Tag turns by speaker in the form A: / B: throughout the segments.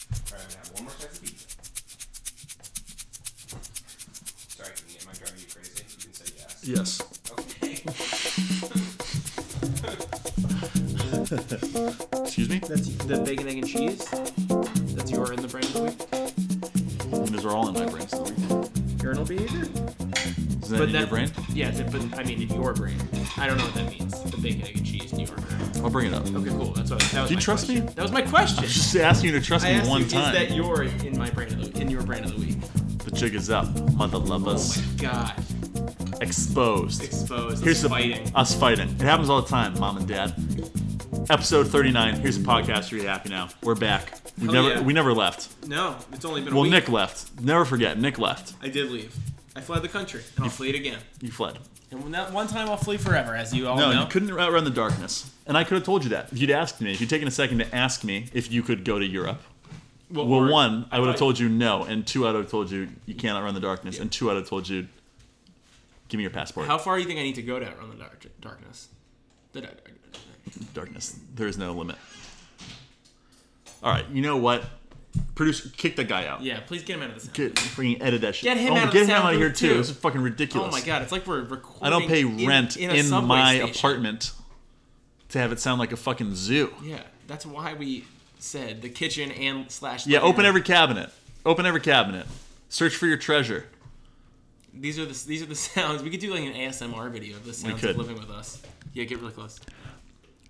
A: have one more slice of pizza. Sorry, can you- am I driving you crazy? You can say yes.
B: Yes.
A: Okay.
B: Excuse me?
C: That's the bacon, egg, and cheese. That's your in the brain of the week.
B: And those are all in my brain. So isn't
C: Urinal behavior.
B: that in your brain?
C: Yeah, th- but I mean in your brain. I don't know what that means. The bacon, egg, and cheese in your brain.
B: I'll bring it up.
C: Okay, cool. That's what. That was
B: Do you
C: my
B: trust
C: question.
B: me?
C: That was my question.
B: Just asking you to trust
C: I
B: me
C: asked
B: one
C: you,
B: time.
C: is that your in my brain of the, in your brain of the week? Oh
B: The jig is up, mother lovers.
C: God,
B: Exposed.
C: exposed.
B: Here's the
C: fighting.
B: Us fighting. It happens all the time, mom and dad. Episode 39. Here's a podcast. Are you happy now? We're back. We
C: Hell
B: never
C: yeah.
B: we never left.
C: no, it's only been a
B: Well,
C: week.
B: Nick left. Never forget, Nick left.
C: I did leave. I fled the country, and I'll flee it again.
B: You fled.
C: And that one time, I'll flee forever, as you all
B: No,
C: know.
B: you couldn't outrun the darkness. And I could have told you that. If you'd asked me, if you'd taken a second to ask me if you could go to Europe.
C: well,
B: Well,
C: or-
B: one, I would have
C: thought-
B: told you no, and two, I would have told you you cannot run the darkness, and two, I would have told you, give me your passport.
C: How far do you think I need to go to outrun the dark, darkness? The dark-
B: darkness. There is no limit. All right, you know what? Producer, kick that guy out.
C: Yeah, please get him out of this.
B: Get freaking edit that shit.
C: Get him
B: oh,
C: out of the
B: Get him
C: sound
B: out of here
C: booth,
B: too.
C: too.
B: This is fucking ridiculous.
C: Oh my god, it's like we're recording.
B: I don't pay
C: in-
B: rent
C: in,
B: in,
C: a subway
B: my
C: station.
B: apartment to have it sound like a fucking zoo.
C: Yeah, that's why we said the kitchen and slash.
B: Yeah,
C: living
B: open
C: room.
B: every cabinet. Open every cabinet. Search for your treasure.
C: These are the these are the sounds. We could do like an ASMR video of the sounds
B: could.
C: of living with us. Yeah, get really close.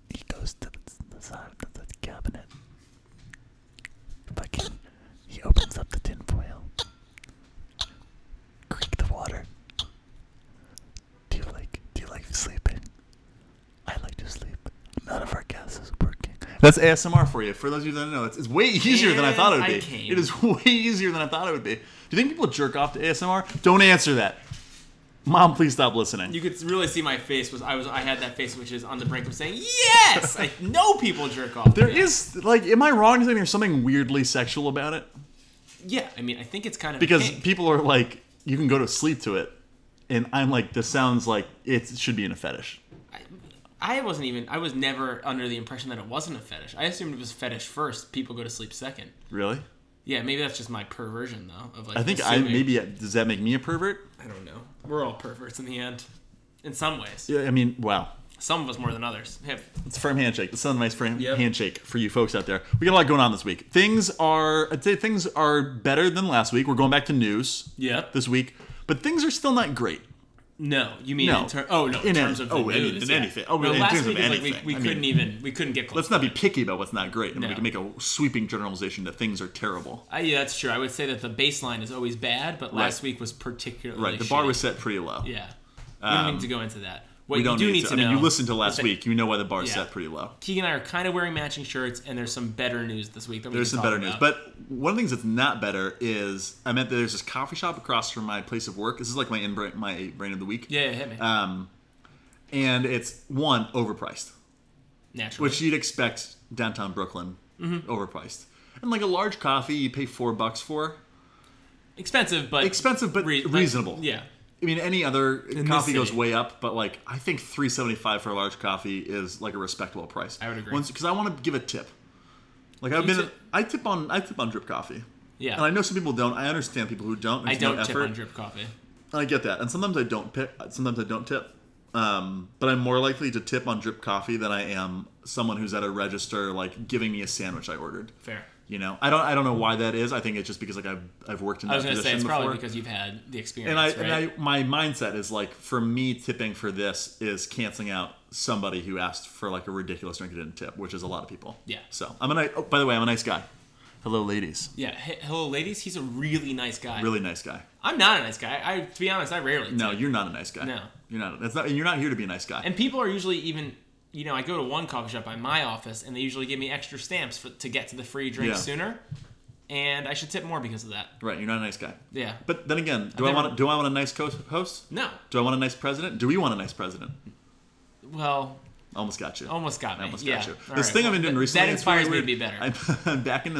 D: He goes to the, the side of the cabinet. Fucking, he opens up the tin foil. Creak the water. Do you like? Do you like sleeping? I like to sleep. None of our gas is working.
B: That's ASMR for you. For those of you that don't know, it's, it's way easier than I thought it would
C: And I
B: be.
C: came.
B: It is way easier than I thought it would be. Do you think people jerk off to ASMR? Don't answer that. Mom, please stop listening.
C: You could really see my face was I was I had that face which is on the brink of saying yes. I know people jerk off.
B: There is like, am I wrong to think there's something weirdly sexual about it?
C: Yeah, I mean I think it's kind of a
B: Because
C: thing.
B: people are like, you can go to sleep to it, and I'm like, this sounds like it should be in a fetish.
C: I wasn't even I was never under the impression that it wasn't a fetish. I assumed it was fetish first. People go to sleep second.
B: Really?
C: Yeah, maybe that's just my perversion though. Of like
B: I think I
C: assuming-
B: maybe does that make me a pervert?
C: I don't know. We're all perverts in the end, in some ways.
B: Yeah, I mean, wow.
C: Some of us more than others. Have
B: It's a firm handshake. The sunrise frame
C: Yep.
B: handshake for you folks out there. We got a lot going on this week. Things are I'd say things are better than last week. We're going back to news
C: yep.
B: this week, but things are still not great.
C: No, you mean
B: No.
C: in ter- oh no in,
B: In
C: terms
B: any-
C: of the
B: oh, in-
C: news,
B: in
C: yeah.
B: anything. Oh,
C: no,
B: in
C: last
B: terms of
C: week is like we,
B: anything.
C: we
B: I
C: couldn't
B: mean-
C: even we couldn't get close.
B: Let's not be picky about what's not great. I mean,
C: No.
B: we can make a sweeping generalization that things are terrible.
C: I, yeah, that's true. I would say that the baseline is always bad, but last
B: Right.
C: week was particularly
B: Right. the bar
C: shitty.
B: was set pretty low.
C: yeah. We don't need to go into that. What
B: We don't
C: you do need to,
B: I
C: know.
B: mean, you listened to
C: is
B: last
C: that
B: week. You know why the bar's
C: Yeah.
B: set pretty low.
C: Keegan and I are kind of wearing matching shirts, and there's some better news this week. That we
B: There's
C: can
B: some
C: talk
B: better news.
C: about.
B: But one of the things that's not better is I meant that there's this coffee shop across from my place of work. This is like my in brain, my brain of the week.
C: yeah, yeah, hit me
B: Um, and it's one overpriced,
C: naturally.
B: which you'd expect downtown Brooklyn
C: Mm-hmm.
B: overpriced. And like a large coffee, you pay four bucks for.
C: expensive, but
B: Expensive, but
C: re-
B: reasonable.
C: yeah,
B: I mean, any other
C: this
B: coffee goes
C: city.
B: way up, but like I think three seventy five for a large coffee is like a respectable price.
C: I would agree.
B: Because I want to give a tip. Like I've
C: You
B: been,
C: tip-
B: I tip on, I tip on drip coffee.
C: yeah.
B: And I know some people don't. I understand people who don't.
C: I
B: There's
C: don't
B: no
C: tip
B: effort.
C: on drip coffee.
B: I get that. And sometimes I don't pick. Sometimes I don't tip. Um, but I'm more likely to tip on drip coffee than I am someone who's at a register like giving me a sandwich I ordered.
C: Fair.
B: You know, I don't. I don't know why that is. I think it's just because like I've I've worked in that
C: I was gonna
B: position
C: say it's
B: before.
C: probably because you've had the experience.
B: and I,
C: right?
B: and I, my mindset is like, for me, tipping for this is canceling out somebody who asked for like a ridiculous drink and didn't tip, which is a lot of people.
C: Yeah.
B: So I'm a nice. Oh, by the way, I'm a nice guy. Hello, ladies.
C: Yeah. Hey, hello, ladies. He's a really nice guy.
B: Really nice guy.
C: I'm not a nice guy. I, to be honest, I rarely.
B: No,
C: tip.
B: you're not a nice guy.
C: No.
B: You're not. That's not. You're not here to be a nice guy.
C: And people are usually even, you know, I go to one coffee shop by my office, and they usually give me extra stamps for, to get to the free drink
B: Yeah.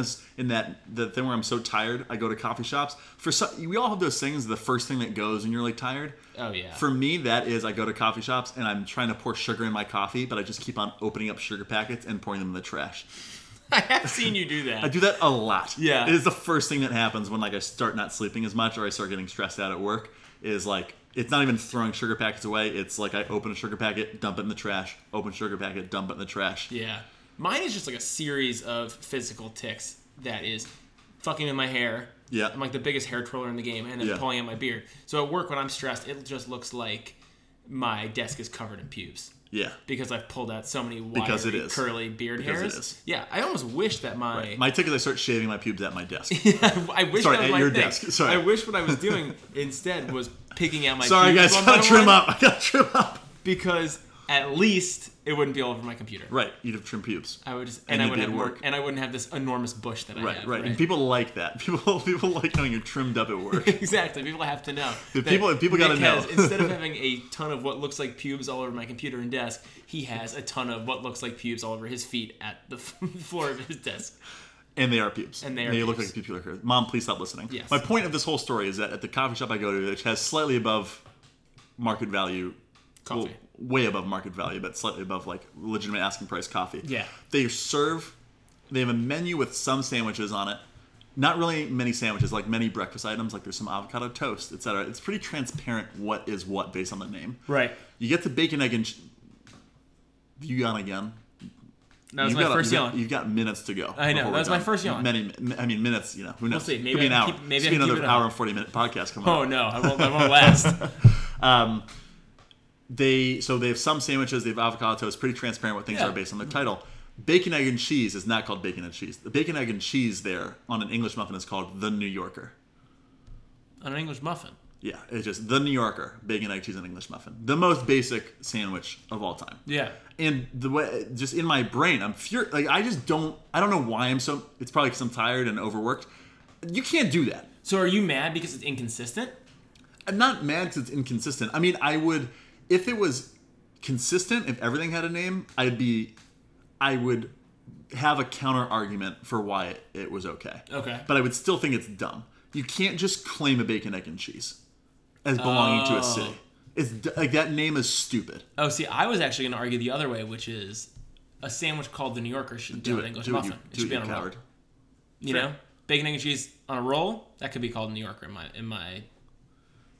C: Oh, I have seen you do that.
B: I do that a lot.
C: Yeah.
B: It is the first thing that happens when like I start not sleeping as much or I start getting stressed out at work is like it's not even throwing sugar packets away. It's like I open a sugar packet, dump it in the trash, open sugar packet, dump it in the trash.
C: Yeah. Mine is just like a series of physical ticks that is fucking with my hair.
B: Yeah.
C: I'm like the biggest hair twirler in the game and then
B: Yeah.
C: pulling out my beard. So at work when I'm stressed, it just looks like my desk is covered in pubes
B: Yeah.
C: because I've pulled out so many wiry,
B: Because it is.
C: curly beard
B: Because it
C: hairs.
B: is.
C: Yeah, I almost wish that my
B: My tick is I start shaving my pubes at my desk.
C: I wish
B: Sorry,
C: that was
B: at
C: my
B: your
C: thing.
B: desk. Sorry.
C: I wish what I was doing instead was picking out my
B: Sorry guys,
C: pubes
B: I
C: one by
B: gotta trim
C: one
B: up. I gotta trim up.
C: because at least it wouldn't be all over my computer.
B: Right, you'd have trim pubes.
C: I would just
B: And
C: and,
B: you'd
C: I would
B: be
C: have
B: at
C: work
B: work.
C: and I wouldn't have this enormous bush that I
B: Right,
C: have.
B: right, And people like that. People people like knowing you're trimmed up at work.
C: exactly. People have to know.
B: If
C: that
B: people- if people
C: Nick
B: gotta know.
C: has- instead of having a ton of what looks like pubes all over my computer and desk, he has a ton of what looks like pubes all over his feet at the floor of his desk.
B: And they are pubes.
C: And they are
B: look
C: pubes.
B: like pubular hair. Mom, please stop listening.
C: Yes.
B: My point of this whole story is that at the coffee shop I go to, which has slightly above market value,
C: Coffee.
B: way above market value, but slightly above like legitimate asking price coffee.
C: Yeah.
B: They serve, they have a menu with some sandwiches on it. Not really many sandwiches, like many breakfast items, like there's some avocado toast, etc. It's pretty transparent what is what based on the name.
C: Right.
B: You get the bacon, egg, and ch- you gone again.
C: That was
B: You've
C: my
B: got a-
C: first
B: you've got-
C: yawn.
B: You've got minutes to go.
C: I
B: before
C: know, that
B: we're
C: was my
B: done.
C: first yawn.
B: Many, mi- I mean, minutes. You know, who knows?
C: see, maybe
B: Could be an
C: I
B: hour.
C: can keep- maybe
B: Could be
C: I can keep
B: another
C: it
B: hour
C: up.
B: and forty minute podcast coming.
C: Oh
B: up.
C: no, I won't. I won't last.
B: They so they have some sandwiches. They have avocado toast. Pretty transparent what things
C: Yeah.
B: are based on their title. Bacon, egg, and cheese is not called bacon and cheese. The bacon, egg, and cheese there on an English muffin is called the New Yorker.
C: On an English muffin.
B: Yeah, it's just the New Yorker, bacon, egg, cheese, and English muffin. The most basic sandwich of all time.
C: Yeah.
B: and the way just in my brain i'm furious like i just don't i don't know why i'm so it's probably because i'm tired and overworked you can't do that
C: So are you mad because it's inconsistent?
B: i'm not mad because it's inconsistent i mean i would if it was consistent if everything had a name i'd be i would have a counter argument for why it, it was okay
C: Okay.
B: but i would still think it's dumb you can't just claim a bacon egg and cheese as belonging to a
C: Oh.
B: city it's d- like that name is stupid
C: Oh, see, I was actually going to argue the other way, which is a sandwich called the New Yorker should be
B: do
C: on an
B: it
C: English
B: do it
C: muffin.
B: you,
C: It,
B: do
C: should
B: it
C: be
B: you
C: on a roll.
B: coward
C: You know, bacon, egg, and cheese on a roll that could be called New Yorker in my in my.
B: I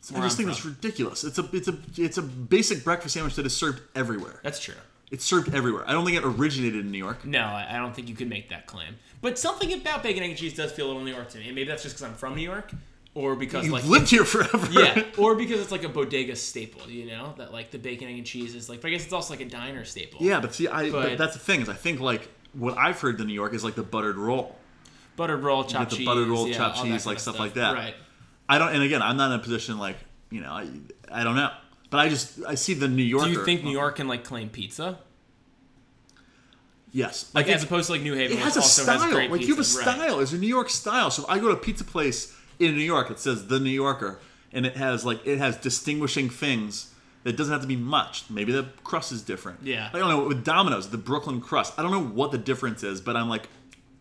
B: just
C: I'm
B: think that's ridiculous. It's a it's a it's a basic breakfast sandwich that is served everywhere.
C: That's true.
B: It's served everywhere. I don't think it originated in New York.
C: No, I, I don't think you could make that claim. But something about bacon, egg, and cheese does feel a little New York to me. And maybe that's just because I'm from New York, or because
B: You've
C: like
B: lived here forever.
C: yeah, or because it's like a bodega staple. You know that like the bacon, egg, and cheese is like. But I guess it's also like a diner staple.
B: yeah. But see, I but,
C: But-
B: that's the thing is I think like what I've heard in New York is like the buttered roll.
C: buttered roll, chopped
B: the
C: cheese,
B: buttered roll,
C: yeah,
B: chopped
C: all that
B: cheese,
C: kind
B: like
C: of
B: stuff like that.
C: Right.
B: I don't. And again, I'm not in a position like you know I I don't know. But I just I see the New Yorker.
C: Do you think New York can like claim pizza?
B: Yes.
C: Like
B: I
C: as
B: think-
C: opposed to like New Haven,
B: it
C: which
B: has a
C: also
B: style.
C: has great
B: like
C: pizza.
B: you have a
C: right.
B: style. It's a New York style. So if I go to a pizza place in New York, it says the New Yorker, and it has like it has distinguishing things. It doesn't have to be much. Maybe the crust is different.
C: Yeah.
B: I don't know with Domino's the Brooklyn crust. I don't know what the difference is, but I'm like,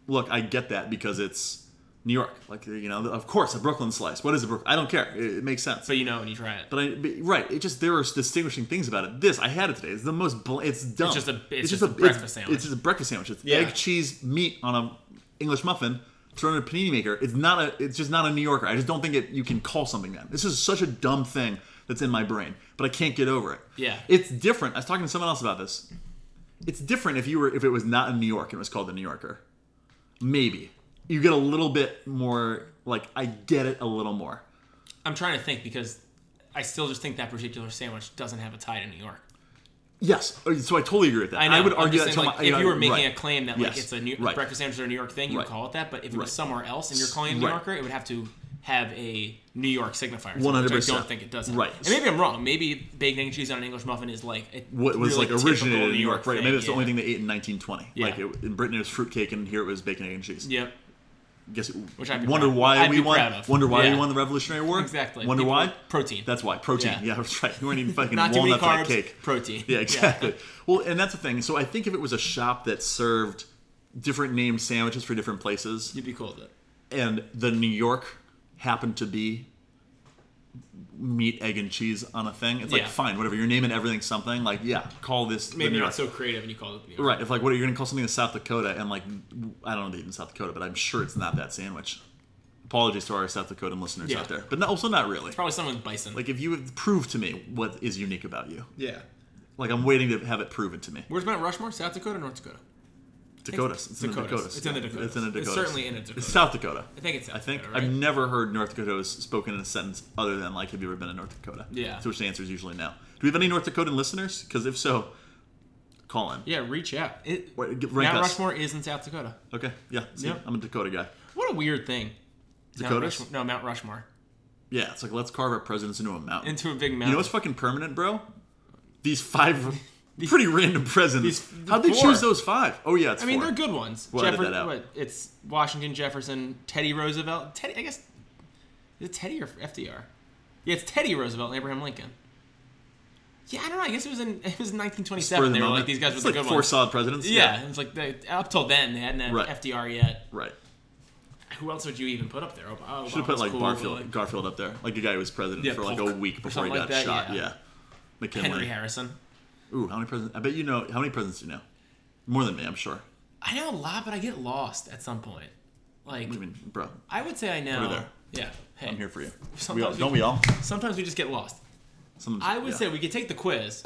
B: look, I get that because it's New York. Like you know, of course a Brooklyn slice. What is a Brooklyn? I don't care. It, it makes sense.
C: But you know when you try it.
B: But I, but, right, it just there are distinguishing things about it. This I had it today. It's the most. Bl- it's dumb.
C: It's just a- it's just a breakfast sandwich.
B: It's just a breakfast sandwich. It's
C: Yeah.
B: egg, cheese, meat on a English muffin thrown in a panini maker. It's not a. It's just not a New Yorker. I just don't think it, you can call something that. This is such a dumb thing that's in my brain, but I can't get over it.
C: Yeah.
B: it's different. I was talking to someone else about this. It's different if you were if it was not in New York and it was called the New Yorker. Maybe you get a little bit more like I get it a little more.
C: I'm trying to think because I still just think that particular sandwich doesn't have a tie to New York.
B: Yes, Uh, so I totally agree with that.
C: I,
B: I,
C: know,
B: would
C: I'm
B: argue
C: just
B: that
C: saying,
B: to
C: like,
B: my-
C: if
B: yeah,
C: you were making
B: right.
C: a claim that
B: Yes.
C: like it's a New
B: Right.
C: breakfast sandwich or a New York thing, you
B: Right.
C: would call it that. But if it
B: Right.
C: was somewhere else and you're calling it New
B: Right.
C: Yorker, it would have to have a New York signifier. to it, Which I
B: 100%.
C: don't think it does. have.
B: Right.
C: And maybe I'm wrong. Maybe bacon egg and cheese on an English muffin is like a
B: what was
C: really
B: like
C: typical
B: originated in New York, right?
C: thing,
B: Maybe that's the
C: yeah.
B: only thing they ate in 1920.
C: Yeah.
B: Like it, in Britain, it was fruitcake, and here it was bacon, egg, and cheese.
C: Yep.
B: Guess
C: Which I'd be
B: wonder
C: proud of.
B: why
C: I'd
B: we
C: be
B: won.
C: proud of.
B: Wonder why
C: Yeah.
B: we won the Revolutionary War.
C: Exactly.
B: Wonder
C: People-
B: why
C: protein.
B: That's why protein.
C: Yeah.
B: Yeah, that's right. You weren't even fucking
C: Not too many
B: walnuts on a
C: carbs.
B: cake.
C: Protein.
B: Yeah, exactly. Well, and that's the thing. So I think if it was a shop that served different named sandwiches for different places,
C: You'd be cool with it.
B: and the New York happened to be meat, egg, and cheese on a thing. It's like
C: Yeah.
B: fine, whatever. You're naming everything something. Like yeah, call this the
C: Maybe
B: New
C: you're
B: York-
C: not so creative and you call it. You know,
B: Right, if like what you're gonna call something in South Dakota, and like I don't know they eat in South Dakota, but I'm sure it's not that sandwich. Apologies to our South Dakotan listeners
C: Yeah.
B: out there, but no, also not really.
C: Probably someone with bison.
B: Like if you would prove to me what is unique about you,
C: yeah.
B: like I'm waiting to have it proven to me.
C: Where's Mount Rushmore? South Dakota, or North Dakota?
B: Dakotas, it's in the
C: Dakotas.
B: Dakotas.
C: It's in the
B: Yeah,
C: Dakotas.
B: It's in the
C: It's
B: Dakotas.
C: certainly in a Dakota.
B: It's South Dakota.
C: I think it's South
B: I think
C: Dakota, right?
B: I've never heard North Dakotas spoken in a sentence other than like, "Have you ever been in North Dakota?"
C: Yeah.
B: So which the answer is usually no. Do we have any North Dakotan listeners? Because if so, call in.
C: Yeah, reach out. It,
B: Wait, g- rank
C: Mount
B: us.
C: Rushmore is in South Dakota.
B: Okay. Yeah. See,
C: Yep.
B: I'm a Dakota guy.
C: What a weird thing. Mount
B: Dakotas?
C: Rushmore- No, Mount Rushmore.
B: Yeah, it's like let's carve our presidents into a mountain.
C: Into a big mountain.
B: you know what's fucking permanent, bro? These five pretty random presidents.
C: these-
B: How'd they
C: four.
B: choose those five? Oh yeah, it's
C: I mean,
B: four.
C: they're good ones.
B: We'll edit that out.
C: What, it's Washington, Jefferson, Teddy Roosevelt. Teddy, I guess. Is it Teddy or FDR? Yeah, it's Teddy Roosevelt and Abraham Lincoln. Yeah, I don't know. I guess it was in it was in
B: Spur of
C: 1927.
B: the
C: They were
B: moment.
C: like these guys were
B: It's
C: the
B: like
C: good
B: four
C: ones.
B: solid presidents.
C: Yeah, it was like they, up till then they hadn't had
B: Right.
C: FDR yet.
B: Right.
C: Who else would you even put up there? Obama,
B: Should have put like
C: cool,
B: Barfield,
C: like
B: Garfield up there, like a guy who was president
C: Yeah,
B: for like a
C: Polk
B: week
C: or
B: before he
C: something
B: got
C: like that,
B: shot.
C: yeah.
B: Yeah. McKinley.
C: Henry Harrison.
B: Ooh, how many presidents? I bet you know how many presidents do you know? More than me, I'm sure.
C: I know a lot, but I get lost at some point. Like
B: I mean, bro,
C: I would say I know.
B: there.
C: Yeah. Hey.
B: I'm here for you. We
C: Sometimes
B: all,
C: we-
B: don't we all?
C: Sometimes we just get lost.
B: Sometimes-
C: I would
B: yeah.
C: say we could take the quiz.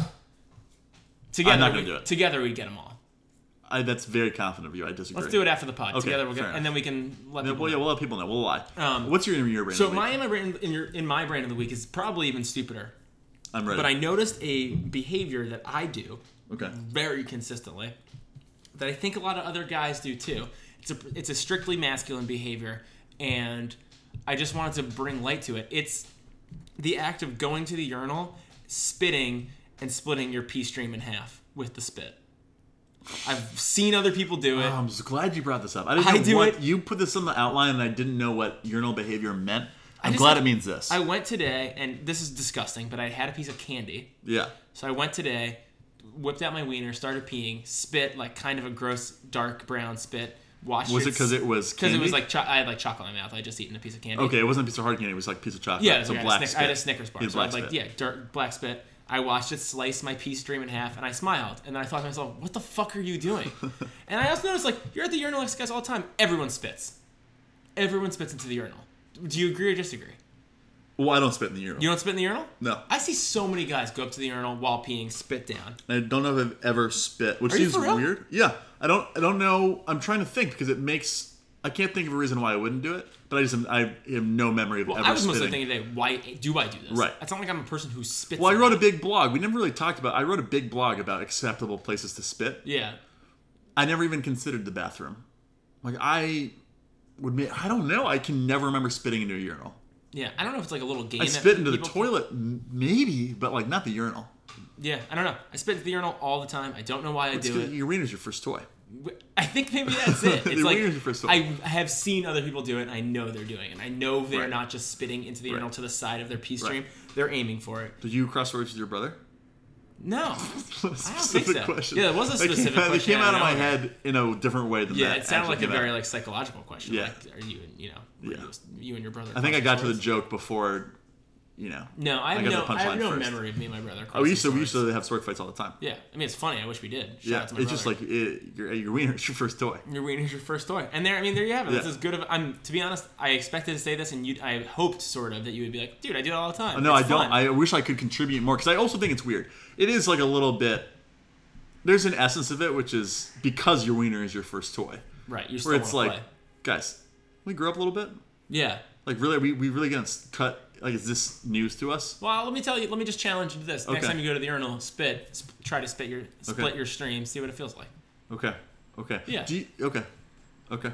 C: Together,
B: not gonna
C: we,
B: do it.
C: Together, we'd get them all.
B: I, that's very confident of you. I disagree.
C: Let's do it after the pod.
B: Okay,
C: together, we'll
B: fair
C: get,
B: enough.
C: and then we can let
B: Yeah,
C: people.
B: well, yeah,
C: know.
B: we'll let people know. We'll lie.
C: Um,
B: What's your your brand?
C: So
B: of the
C: my
B: week?
C: in my brain in your in my brand of the week is probably even stupider.
B: I'm ready.
C: But I noticed a behavior that I do
B: okay.
C: very consistently that I think a lot of other guys do too. It's a it's a strictly masculine behavior, and I just wanted to bring light to it. It's the act of going to the urinal, spitting, and splitting your pee stream in half with the spit. I've seen other people do it.
B: Oh, I'm just glad you brought this up. I didn't
C: I
B: know
C: do
B: what
C: it-
B: you put this on the outline, and I didn't know what urinal behavior meant. I'm
C: just
B: glad
C: like-
B: it means this.
C: I went today, and this is disgusting, but I had a piece of candy.
B: yeah,
C: So I went today, whipped out my wiener, started peeing, spit like kind of a gross dark brown spit. Watched
B: was it because it was
C: because
B: candy?
C: it was like cho- I had like chocolate in my mouth. I had just eaten a piece of candy.
B: okay, it wasn't a piece of hard candy. It was like a piece of chocolate.
C: Yeah, it
B: it's
C: was
B: a
C: like I,
B: black.
C: had a Snick- I
B: spit.
C: had a Snickers bar.
B: Yeah,
C: so I was
B: black
C: like,
B: spit.
C: yeah, dark black spit. I watched it slice my pea stream in half, and I smiled. And then I thought to myself, what the fuck are you doing? and I also noticed, like, you're at the urinal next to guys all the time. Everyone spits. Everyone spits into the urinal. Do you agree or disagree?
B: Well, I don't spit in the urinal.
C: You don't spit in the urinal?
B: No.
C: I see so many guys go up to the urinal while peeing, spit down.
B: I don't know if I've ever spit, which
C: Are you
B: seems
C: for real?
B: weird. Yeah, I don't. I don't know. I'm trying to think because it makes. I can't think of a reason why I wouldn't do it, but I just am, I have no memory of ever
C: I was
B: spitting.
C: mostly thinking today, why do I do this?
B: Right.
C: It's not like I'm a person who spits.
B: well, I
C: a
B: wrote
C: lot.
B: a big blog. We never really talked about. I wrote a big blog about acceptable places to spit.
C: Yeah.
B: I never even considered the bathroom. Like I would ma- I don't know. I can never remember spitting into a urinal.
C: Yeah. I don't know if it's like a little game.
B: I
C: that
B: spit into the
C: people-
B: toilet m- maybe, but like not the urinal.
C: Yeah. I don't know. I spit into the urinal all the time. I don't know why I
B: It's
C: do
B: 'cause
C: it.
B: Your urina's your first toy.
C: I think maybe that's it.
B: They
C: It's like
B: weird for some.
C: I have seen other people do it. And I know they're doing it. I know they're
B: Right.
C: not just spitting into the urinal to the side of their pee stream. They're aiming for it.
B: Did you cross roads with your brother? I
C: No, so. Yeah, it was a specific
B: came,
C: question,
B: They came
C: I
B: out of
C: know.
B: my head in a different way than
C: yeah,
B: that.
C: it sounded
B: actually
C: like a
B: came out.
C: very like psychological question.
B: Yeah.
C: like, are you you know were
B: Yeah.
C: you, you and your brother?
B: I think I got to the joke before, you know.
C: No, I
B: I
C: have
B: got
C: no.
B: the
C: I have
B: punchline
C: no
B: first.
C: memory of me and my brother.
B: Oh,
C: crossing
B: we used to we
C: swords.
B: used to have sword fights all the time.
C: Yeah, I mean it's funny. I wish we did. Shout
B: Yeah,
C: out
B: it's
C: to my
B: just
C: brother.
B: like eh, it, your your wiener's your first toy.
C: Your wiener's your first toy, and there. I mean, there you have it. That's
B: Yeah.
C: as good of. I'm to be honest. I expected to say this, and you. I hoped sort of that you would be like, dude, I do it all the time.
B: No,
C: It's
B: I don't.
C: fun."
B: I wish I could contribute more because I also think it's weird. It is like a little bit. There's an essence of it, which is because your wiener is your first toy,
C: right. You still
B: where it's
C: wanna
B: like,
C: play.
B: guys, we grew up a little bit.
C: yeah.
B: Like, really, we we really gonna s- cut? Like, is this news to us?
C: Well, let me tell you. Let me just challenge you to this. Next
B: Okay.
C: time you go to the urinal, spit. Sp- try to spit your split your stream. See what it feels like.
B: Okay, okay.
C: Yeah.
B: Do you, okay, okay.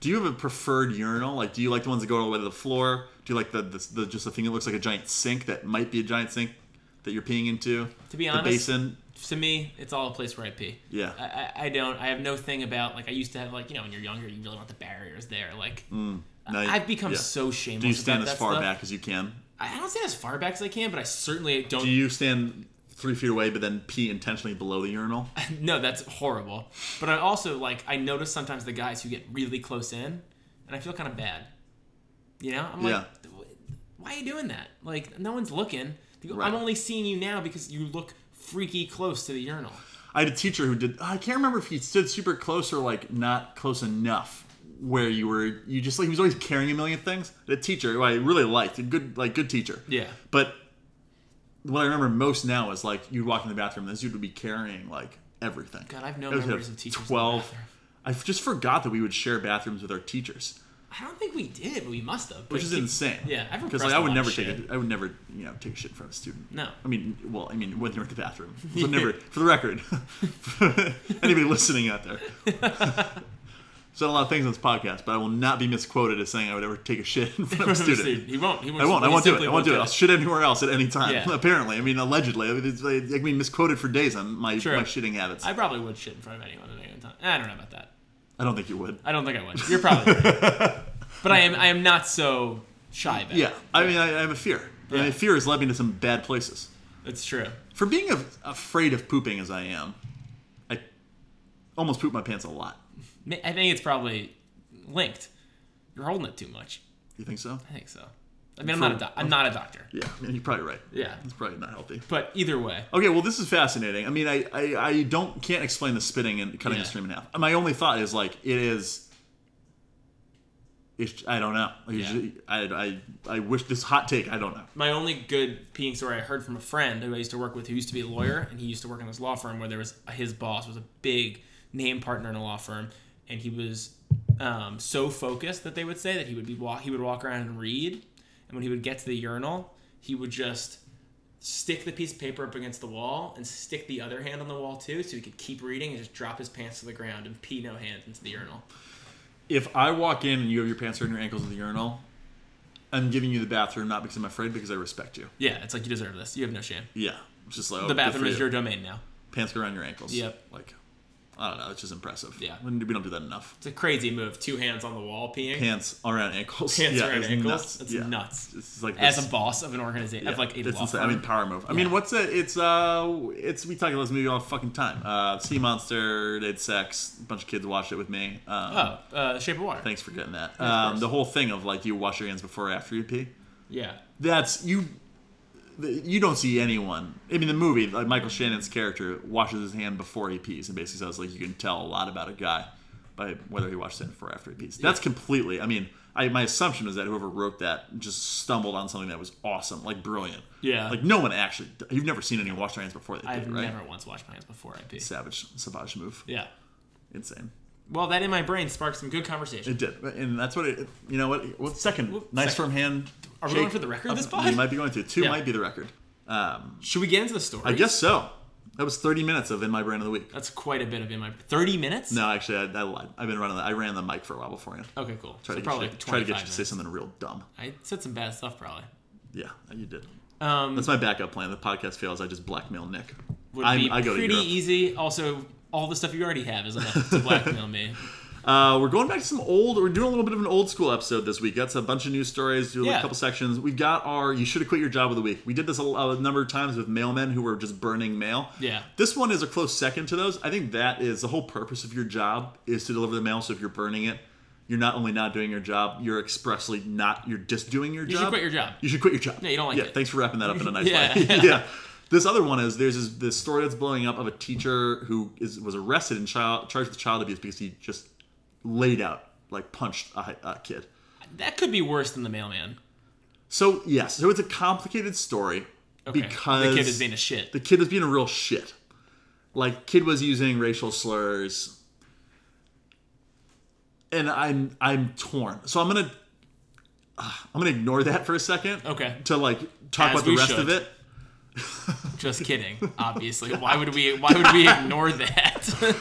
B: Do you have a preferred urinal? Like, do you like the ones that go all the way to the floor? Do you like the the, the just the thing that looks like a giant sink that might be a giant sink that you're peeing into?
C: To be
B: the
C: honest,
B: basin.
C: To me, it's all a place where I pee.
B: Yeah.
C: I, I, I don't. I have no thing about like I used to have like you know when you're younger you really want the barriers there like.
B: No, you-
C: I've become
B: Mm, yeah.
C: so shameless.
B: Do you stand
C: about
B: as
C: that
B: far
C: stuff.
B: back as you can?
C: I I don't stand as far back as I can, but I certainly don't.
B: Do you stand three feet away, but then pee intentionally below the urinal?
C: No, that's horrible. But I also like I notice sometimes the guys who get really close in, and I feel kind of bad. You know, I'm like, why are you doing that? Like, no one's looking. They go,
B: Right.
C: I'm only seeing you now because you look freaky close to the urinal.
B: I had a teacher who did. I can't remember if he stood super close or like not close enough. Where you were, you just like he was always carrying a million things. The teacher who I really liked, a good like good teacher.
C: Yeah.
B: But what I remember most now is like you'd walk in the bathroom, and this dude would be carrying like everything.
C: God, I have no
B: It was, like,
C: memories of teachers in the bathroom.
B: I just forgot that we would share bathrooms with our teachers,
C: I don't think we did, but we must have.
B: which is insane.
C: Yeah, I've
B: because like
C: repressed
B: I
C: a
B: would
C: lot of
B: never take
C: shit.
B: a, I would never you know take a shit from a student.
C: No.
B: I mean, well, I mean, when they're at the bathroom. So never, for the record, anybody listening out there. Said a lot of things on this podcast, but I will not be misquoted as saying I would ever take a shit in front of a student.
C: He won't. He won't.
B: I won't. I
C: he
B: won't do it.
C: simply
B: I won't do it. I'll shit anywhere else at any time.
C: Yeah.
B: Apparently, I mean, allegedly, I mean, it's, like, I mean, misquoted for days on my
C: Sure.
B: my shitting habits.
C: I
B: I,
C: probably would shit in front of anyone at any given time. I don't know about that.
B: don't think you would.
C: I don't think I would. You're probably right. but I am. I am not so shy about
B: Yeah,
C: it.
B: I mean, I, I have a fear.
C: Yeah.
B: I mean, fear has led me to some bad places.
C: It's true.
B: For being af afraid of pooping as I am, I almost poop my pants a lot.
C: Ma- I think it's probably linked. You're holding it too much.
B: You think so?
C: I think so. I mean, I'm not a doc- I'm not a doctor.
B: Yeah, I mean, you're probably right.
C: Yeah.
B: It's probably not healthy.
C: But either way,
B: Okay, well, this is fascinating. I mean, I, I, I don't can't explain the spitting and cutting
C: Yeah.
B: the stream in half. My only thought is like it is. It's, I don't know. Like,
C: Yeah.
B: it's- I, I, I wish this hot take. I don't know.
C: my only good peeing story I heard from a friend who I used to work with, who used to be a lawyer, and he used to work in this law firm where there was his boss was a big name partner in a law firm, and he was um, so focused that they would say that he would be walk he would walk around and read, and when he would get to the urinal, he would just stick the piece of paper up against the wall and stick the other hand on the wall too, so he could keep reading and just drop his pants to the ground and pee no hands into the urinal.
B: If I walk in and you have your pants around your ankles in the urinal, I'm giving you the bathroom not because I'm afraid, because I respect you.
C: Yeah, it's like you deserve this. You have no shame.
B: Yeah, it's just like oh,
C: The
B: good
C: bathroom
B: for
C: is
B: you.
C: your domain now.
B: pants around your ankles.
C: Yep.
B: Like, I don't know. It's just impressive.
C: Yeah.
B: we we don't do that enough.
C: It's a crazy move. Two hands on the wall peeing.
B: Pants around ankles.
C: Pants
B: yeah,
C: around
B: it's
C: ankles.
B: Nuts.
C: That's
B: yeah.
C: nuts.
B: It's like
C: As
B: this-
C: a boss of an organization, of
B: Yeah,
C: like a
B: it's
C: law
B: insane.
C: firm.
B: I mean, power move. I mean,
C: Yeah.
B: what's it? It's uh, it's we talk about this movie all the fucking time. Uh, Sea Monster, they had sex. A bunch of kids watched it with me. Um,
C: oh, uh, Shape of Water.
B: Thanks for getting that.
C: of
B: um,
C: course.
B: the whole thing of like you wash your hands before or after you pee.
C: Yeah,
B: That's you. the- You don't see anyone. I mean, the movie, like Michael Shannon's character washes his hand before he pees, and basically says like you can tell a lot about a guy by whether he washes his hand before or after he pees. That's completely. I mean, I, my assumption is that whoever wrote that just stumbled on something that was awesome, like brilliant.
C: Yeah.
B: Like no one actually. You've never seen anyone wash their hands before they pee,
C: I've
B: right?
C: never once washed my hands before I pee.
B: Savage, savage move.
C: Yeah.
B: Insane.
C: Well, that in my brain sparked some good conversation.
B: It did, and that's what it. You know what? What second?
C: Whoop,
B: nice
C: second.
B: firm hand.
C: Are we
B: shake.
C: going for the record this
B: You
C: pod?
B: might be going to two.
C: Yeah.
B: Might be the record. Um,
C: Should we get into the story?
B: I guess so. That was 30 minutes of In My Brain of the Week.
C: that's quite a bit of in my thirty minutes.
B: No, actually, I, I lied. I've been running. The, I ran the mic for a while before you.
C: Okay, cool.
B: Try
C: so
B: to get
C: probably
B: you,
C: like
B: try to get you to
C: minutes.
B: say something real dumb.
C: I said some bad stuff, probably.
B: Yeah, you did.
C: Um,
B: That's my backup plan. The podcast fails. I just blackmail Nick.
C: would
B: I'm-
C: be
B: I go to
C: pretty
B: Europe.
C: easy. Also, all the stuff you already have is enough to blackmail me.
B: Uh, we're going back to some old. We're doing a little bit of an old school episode this week. That's a bunch of news stories. Do
C: Yeah.
B: a couple sections. We've got our "You should have quit your job" of the week. We did this a, a number of times with mailmen who were just burning mail.
C: Yeah.
B: This one is a close second to those. I think that is the whole purpose of your job is to deliver the mail. So if you're burning it, you're not only not doing your job, you're expressly not. You're just doing your
C: You
B: job.
C: should quit your job.
B: You should quit your job.
C: Yeah, you don't like
B: yeah,
C: it.
B: Thanks for wrapping that up in a nice
C: Yeah.
B: way. yeah. This other one is there's this, this story that's blowing up of a teacher who is was arrested and child, charged with child abuse because he just laid out like punched a, hi- a kid.
C: That could be worse than the mailman.
B: So yes, so it's a complicated story
C: Okay.
B: because
C: the kid is being a shit.
B: the kid was being a real shit. Like kid was using racial slurs. And I'm I'm torn. So I'm gonna ah, I'm gonna ignore that for a second.
C: Okay.
B: To like talk
C: As
B: about the
C: we
B: rest of
C: should.
B: it.
C: Just kidding. Obviously, why would we? Why would we ignore that?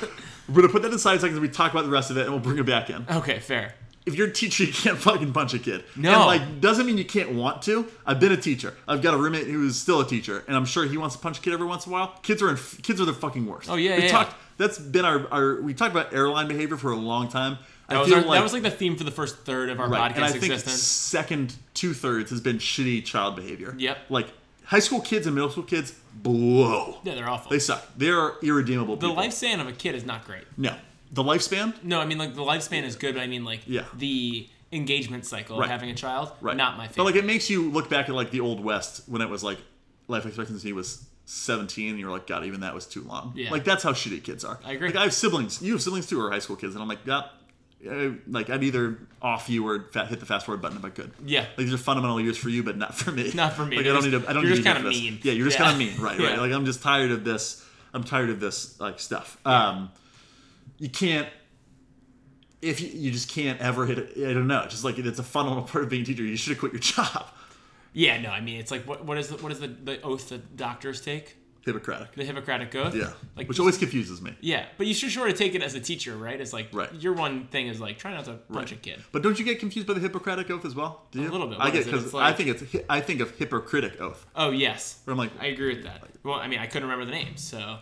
B: We're gonna put that aside a second. We talk about the rest of it, and we'll bring it back in.
C: okay, fair.
B: If you're a teacher, you can't fucking punch a kid.
C: No.
B: and like doesn't mean you can't want to. I've been a teacher. I've got a roommate who is still a teacher, and I'm sure he wants to punch a kid every once in a while. Kids are in, kids are the fucking worst.
C: Oh, yeah,
B: we
C: yeah,
B: talked. That's been our, our we talked about airline behavior for a long time.
C: That
B: I
C: was,
B: feel
C: our,
B: like
C: that was like the theme for the first third of our
B: right,
C: podcast
B: and I think
C: existence.
B: second two thirds has been shitty child behavior.
C: Yep.
B: like high school kids and middle school kids blow.
C: Yeah, they're awful.
B: They suck. They are irredeemable.
C: the
B: people.
C: lifespan of a kid is not great.
B: no the lifespan
C: No, I mean like the lifespan is good, but I mean like
B: Yeah.
C: the engagement cycle
B: Right.
C: of having a child.
B: Right.
C: Not my
B: But
C: favorite.
B: like it makes you look back at like the old west when it was like life expectancy was 17 and you're like god even that was too long.
C: Yeah.
B: Like that's how shitty kids are.
C: I agree.
B: Like I have siblings. You have siblings too who are high school kids and I'm like god I, like I'd either off you or fa hit the fast forward button if I could.
C: Yeah.
B: Like these are fundamental years for you, but not for me.
C: Not for me.
B: Like
C: You're
B: I don't
C: just-
B: need to. I don't
C: you're
B: need
C: just
B: to do
C: kinda
B: this.
C: mean.
B: Yeah, you're just
C: Yeah.
B: kind of mean, right? Right.
C: Yeah.
B: Like I'm just tired of this. I'm tired of this like stuff. Um, you can't if you, you just can't ever hit it, I don't know. Just like it's a fundamental part of being a teacher. You should have quit your job.
C: yeah, no, I mean it's like what what is the what is the, the oath that doctors take?
B: Hippocratic.
C: The Hippocratic oath?
B: Yeah.
C: Like
B: Which always confuses me.
C: Yeah. But you should sure to take it as a teacher, right? It's like
B: Right.
C: your one thing is like try not to punch a kid.
B: But don't you get confused by the Hippocratic oath as well? Do you?
C: little bit.
B: I
C: What
B: get
C: is it?
B: because
C: It's
B: I
C: like-
B: think it's hi- I think of hypocritic oath.
C: Oh yes.
B: Where I'm like,
C: I agree with that. Well, I mean I couldn't remember the name, so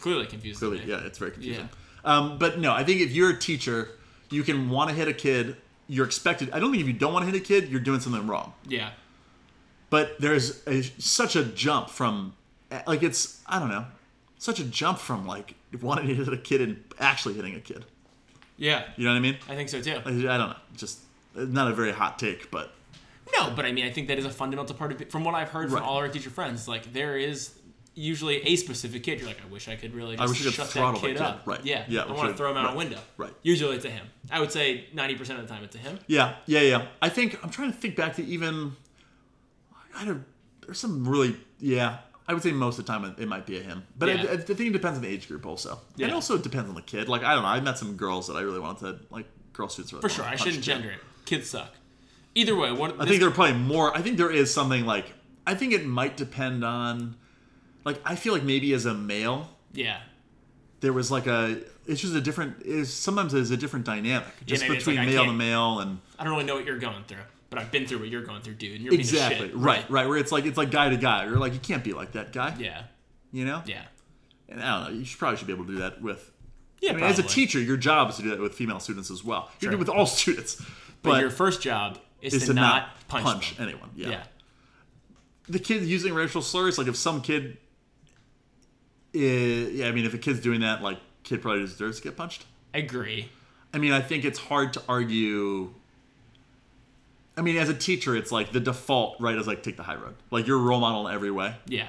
C: clearly confused.
B: Really,
C: me.
B: yeah, it's very confusing. Um, but no, I think if you're a teacher, you can want to hit a kid. You're expected. I don't think if you don't want to hit a kid, you're doing something wrong.
C: Yeah.
B: But there's a, such a jump from, eh, like it's I don't know, such a jump from like wanting to hit a kid and actually hitting a kid.
C: Yeah.
B: You know what I mean?
C: I think so too.
B: I I don't know. Just not a very hot take, but
C: No, but I mean, I think that is a fundamental part of it. From what I've heard
B: Right.
C: from all our teacher friends, like there is usually a specific kid. You're like, I wish I could really just
B: wish I could
C: shut that
B: throttle
C: kid,
B: the kid."
C: up.
B: Right.
C: Yeah.
B: Yeah,
C: I
B: which
C: want
B: I-
C: to throw him out
B: right.
C: a window.
B: Right.
C: Usually it's a him. I would say 90% of the time it's a him.
B: yeah, yeah, yeah. I think I'm trying to think back to even. I had a, there's some really yeah. I would say most of the time it, it might be a him, but I,
C: Yeah.
B: I think it depends on the age group also.
C: Yeah.
B: It also depends on the kid. Like I don't know. I met some girls that I really wanted to like girl students. Really
C: For sure. I shouldn't gender it. Kids suck. Either way, what
B: I think there are probably more. I think there is something like I think it might depend on. Like I feel like maybe as a male,
C: Yeah.
B: there was like a it's just a different is sometimes there's a different dynamic just
C: maybe it's
B: between
C: like, I
B: male to
C: can't-
B: male and
C: I don't really know what you're going through, but I've been through what you're going through, dude. And you're a piece
B: exactly
C: of shit.
B: right right where it's like it's like guy to guy you're like you can't be like that guy
C: Yeah.
B: you know
C: Yeah.
B: and I don't know you should probably should be able to do that with
C: Yeah.
B: I mean, as a
C: probably.
B: teacher your job is to do that with female students as well you do it
C: Sure.
B: with all students
C: but,
B: but
C: your first job is,
B: is
C: to, not, punch. them.
B: anyone yeah.
C: Yeah.
B: the kids using racial slurs like if some kid i- yeah I mean if a kid's doing that like kid probably deserves to get punched
C: I agree.
B: I mean, I think it's hard to argue. I mean, as a teacher, it's like the default, right? Is like take the high road. Like your role model in every way,
C: Yeah.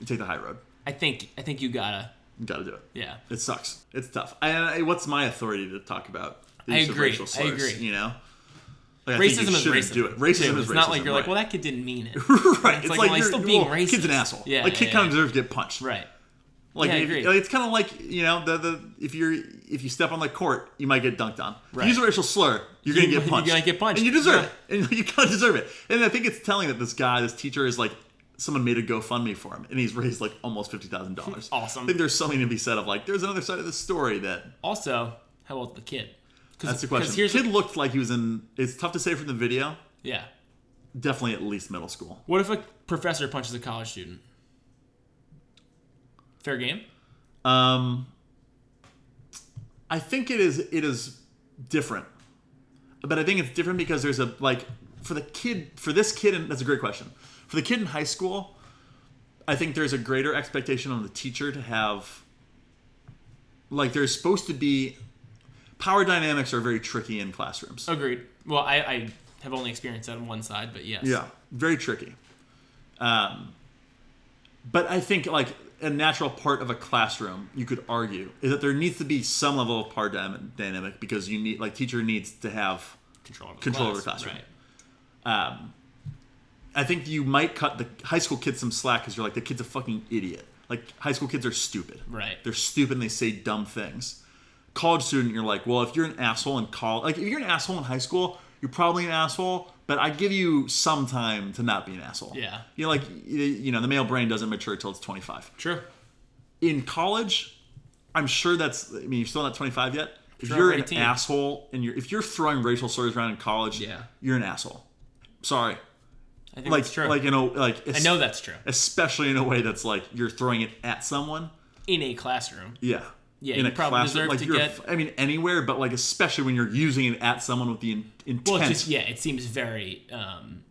B: you take the high road.
C: I think I think you gotta
B: You got to do it.
C: yeah.
B: It sucks. It's tough. I, I- what's my authority to talk about? The
C: I
B: use of
C: agree.
B: racial
C: I
B: slurs,
C: agree.
B: You know, like, I think you
C: racism is
B: shouldn't
C: racism.
B: Do it. Racism
C: too.
B: is
C: It's
B: racism.
C: not like you're like,
B: right.
C: well, that kid didn't mean it.
B: right. It's, like,
C: like, well, he's
B: you're-
C: still being
B: well, Kid's an
C: racist.
B: asshole.
C: Yeah,
B: like
C: yeah,
B: kid kind
C: yeah.
B: of deserves to get punched.
C: right.
B: Like,
C: Yeah, I
B: if-
C: agree.
B: like, it's kind of like you know the, the if you're if you step on the court, you might get dunked on. If
C: Right.
B: you use a racial slur, you're gonna
C: You-
B: get
C: you're
B: punched.
C: gonna get punched.
B: and you deserve
C: Yeah.
B: it, and you kind of deserve it. And I think it's telling that this guy, this teacher, is like someone made a GoFundMe for him, and he's raised like almost fifty thousand dollars.
C: Awesome.
B: I think there's something to be said of like there's another side of the story that
C: Also, how old's the kid? Cause,
B: that's the
C: 'cause
B: question.
C: Here's
B: Kid looked like he was in. It's tough to say from the video.
C: yeah.
B: Definitely at least middle school.
C: What if a professor punches a college student? Fair game.
B: Um, I think it is it is different, but I think it's different because there's a like for the kid for this kid and that's a great question for the kid in high school. I think there's a greater expectation on the teacher to have like there's supposed to be power dynamics are very tricky in classrooms.
C: Agreed. Well, I, I have only experienced that on one side, but yes.
B: Yeah, very tricky. Um, but I think like a natural part of a classroom, you could argue, is that there needs to be some level of power dyna- dynamic because you need like teacher needs to have.
C: Control over the
B: Control over
C: class,
B: classroom.
C: Right.
B: Um, I think you might cut the high school kids some slack because you're like the kid's a fucking idiot. Like high school kids are stupid.
C: Right.
B: They're stupid and they say dumb things. College student, you're like, well, if you're an asshole in college, like if you're an asshole in high school, you're probably an asshole. But I give you some time to not be an asshole.
C: Yeah.
B: You know, like y- you know, the male brain doesn't mature till it's 25.
C: True.
B: In college, I'm sure that's. I mean, you're still not 25 yet. If
C: Sure,
B: you're
C: I'm
B: an
C: 18.
B: asshole and you're if you're throwing racial slurs around in college,
C: Yeah.
B: you're an asshole. Sorry,
C: I think
B: like
C: that's true.
B: like in a like
C: I
B: es-
C: know that's true.
B: especially in a way that's like you're throwing it at someone.
C: In a classroom.
B: Yeah.
C: Yeah, you probably deserve
B: like
C: to
B: you're,
C: get-
B: I mean, anywhere, but like especially when you're using it at someone with the in- intent.
C: Well, it's just yeah, it seems very um,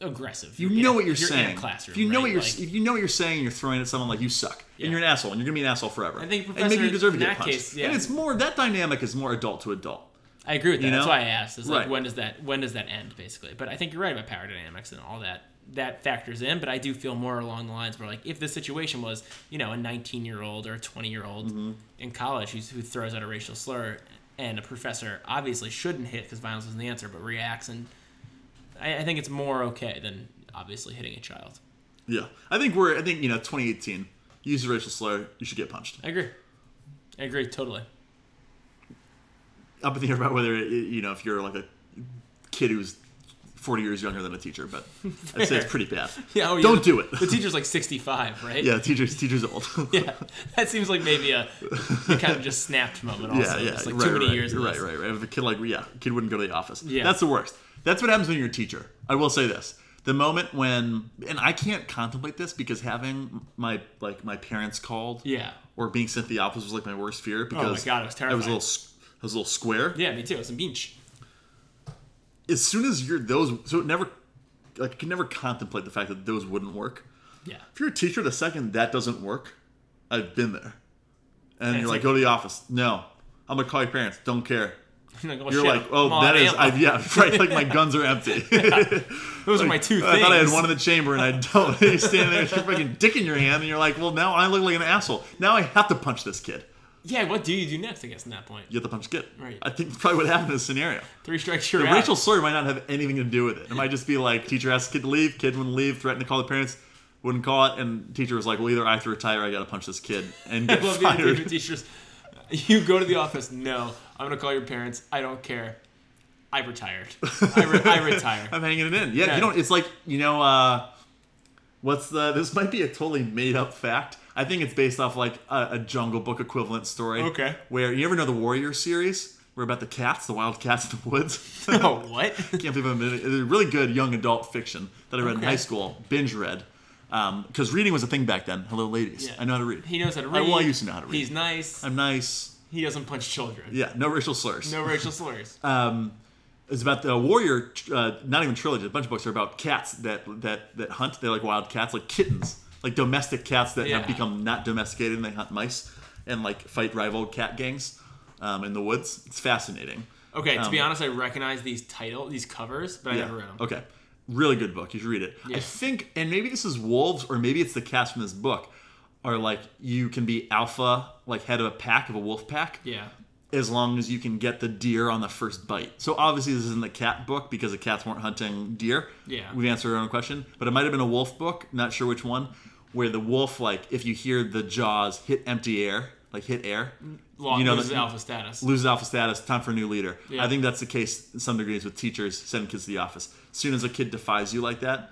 C: aggressive.
B: you
C: in
B: know
C: a-
B: what you're,
C: in a
B: saying.
C: classroom,
B: if you know
C: right?
B: what you're,
C: Like-
B: if you know what you're saying, and you're throwing it at someone like you suck,
C: Yeah.
B: and you're an asshole, and you're gonna be an asshole forever.
C: I think
B: and maybe
C: Professor,
B: you deserve to
C: in
B: get
C: that
B: punched.
C: case, yeah.
B: And it's more that dynamic is more adult to adult.
C: I agree with that.
B: You
C: That's
B: know?
C: why I asked. Is like
B: Right.
C: when does that when does that end basically? But I think you're right about power dynamics and all that that factors in. But I do feel more along the lines where like if this situation was you know a 19 year old or a 20 year old
B: Mm-hmm.
C: in college who's, who throws out a racial slur and a professor obviously shouldn't hit because violence isn't the answer, but reacts and I, I think it's more okay than obviously hitting a child.
B: Yeah, I think we're. I think you know, 2018. Use a racial slur. You should get punched.
C: I agree. I agree totally.
B: Up in the air about whether it, you know if you're like a kid who's 40 years younger than a teacher, but I'd say it's pretty bad.
C: Yeah, oh, yeah.
B: Don't do it.
C: The teacher's like 65, right?
B: Yeah, teachers. Teachers old.
C: yeah, that seems like maybe a you kind of just snapped moment. Also,
B: yeah, yeah.
C: It's like
B: right,
C: too many
B: right,
C: years. Of
B: Right,
C: this.
B: right, right. If a kid like yeah, a kid wouldn't go to the office.
C: Yeah.
B: that's the worst. That's what happens when you're a teacher. I will say this: the moment when, and I can't contemplate this because having my like my parents called,
C: Yeah, Oh
B: or being sent to the office was like my worst fear because
C: God,
B: I
C: it was
B: was a
C: terrifying.
B: little, s- I was a little square.
C: yeah, me too. It's a beach.
B: as soon as you're those so it never like I can never contemplate the fact that those wouldn't work.
C: Yeah,
B: If you're a teacher, the second that doesn't work, I've been there. And,
C: it's
B: you're like,
C: like-
B: go to the office. No. I'm gonna call your parents. Don't care.
C: like, oh,
B: You're
C: shit,
B: like, oh,
C: I'm all
B: that
C: out of
B: is,
C: ammo.
B: I, yeah, right. Like my guns are empty.
C: Those are my two
B: I
C: things.
B: thought I had one in the chamber, and I don't. you're standing there with your fucking dick in your hand, and you're like, well, now I look like an asshole. Now I have to punch this kid.
C: yeah, what do you do next? I guess in that point,
B: You have to punch the kid.
C: Right.
B: I think probably what happened in this scenario.
C: three strikes you're
B: The
C: out.
B: racial slur might not have anything to do with it. It might just be like teacher asked kid to leave, kid wouldn't leave, threatened to call the parents, wouldn't call it, and teacher was like, "Well, either I have to retire, or I got to punch this kid and
C: I
B: get
C: love the idea of
B: fired."
C: teachers. You go to the office. No, I'm gonna call your parents. I don't care. I retired. I, re- I retired.
B: I'm hanging it in. Yeah,
C: Yeah.
B: you know, it's like you know, uh, what's the? This might be a totally made up fact. I think it's based off like a, a Jungle Book equivalent story.
C: Okay.
B: where you ever know the Warrior series, where about the cats, the wild cats in the woods.
C: oh, what?
B: can't believe I'm admitting- it's a really good young adult fiction that I read
C: Okay.
B: in high school, binge read, because reading was a thing back then. Hello, ladies.
C: Yeah.
B: I know how to read.
C: He knows how to
B: I-
C: read.
B: well, I used to know how to read.
C: He's nice.
B: I'm nice.
C: He doesn't punch children.
B: Yeah, no racial slurs.
C: No racial slurs.
B: It's about the warrior. Uh, not even trilogy. A bunch of books are about cats that that that hunt. They're like wild cats, like kittens, like domestic cats that
C: Yeah.
B: have become not domesticated and they hunt mice and like fight rival cat gangs um, in the woods. It's fascinating.
C: Okay, to be
B: Um,
C: honest, I recognize these title, these covers, but I never read them.
B: Okay. Really good book. You should read it.
C: Yeah.
B: I think, and maybe this is wolves, or maybe it's the cast from this book, are like you can be alpha, like head of a pack of a wolf pack,
C: Yeah,
B: as long as you can get the deer on the first bite. So obviously this isn't a cat book because the cats weren't hunting deer.
C: Yeah.
B: we've answered our own question, but it might have been a wolf book. Not sure which one, where the wolf, like if you hear the jaws hit empty air, like hit air,
C: Long,
B: you know,
C: loses
B: the-
C: alpha status.
B: loses alpha status, time for a new leader.
C: Yeah.
B: I think that's the case in some degrees with teachers sending kids to the office. As soon as a kid defies you like that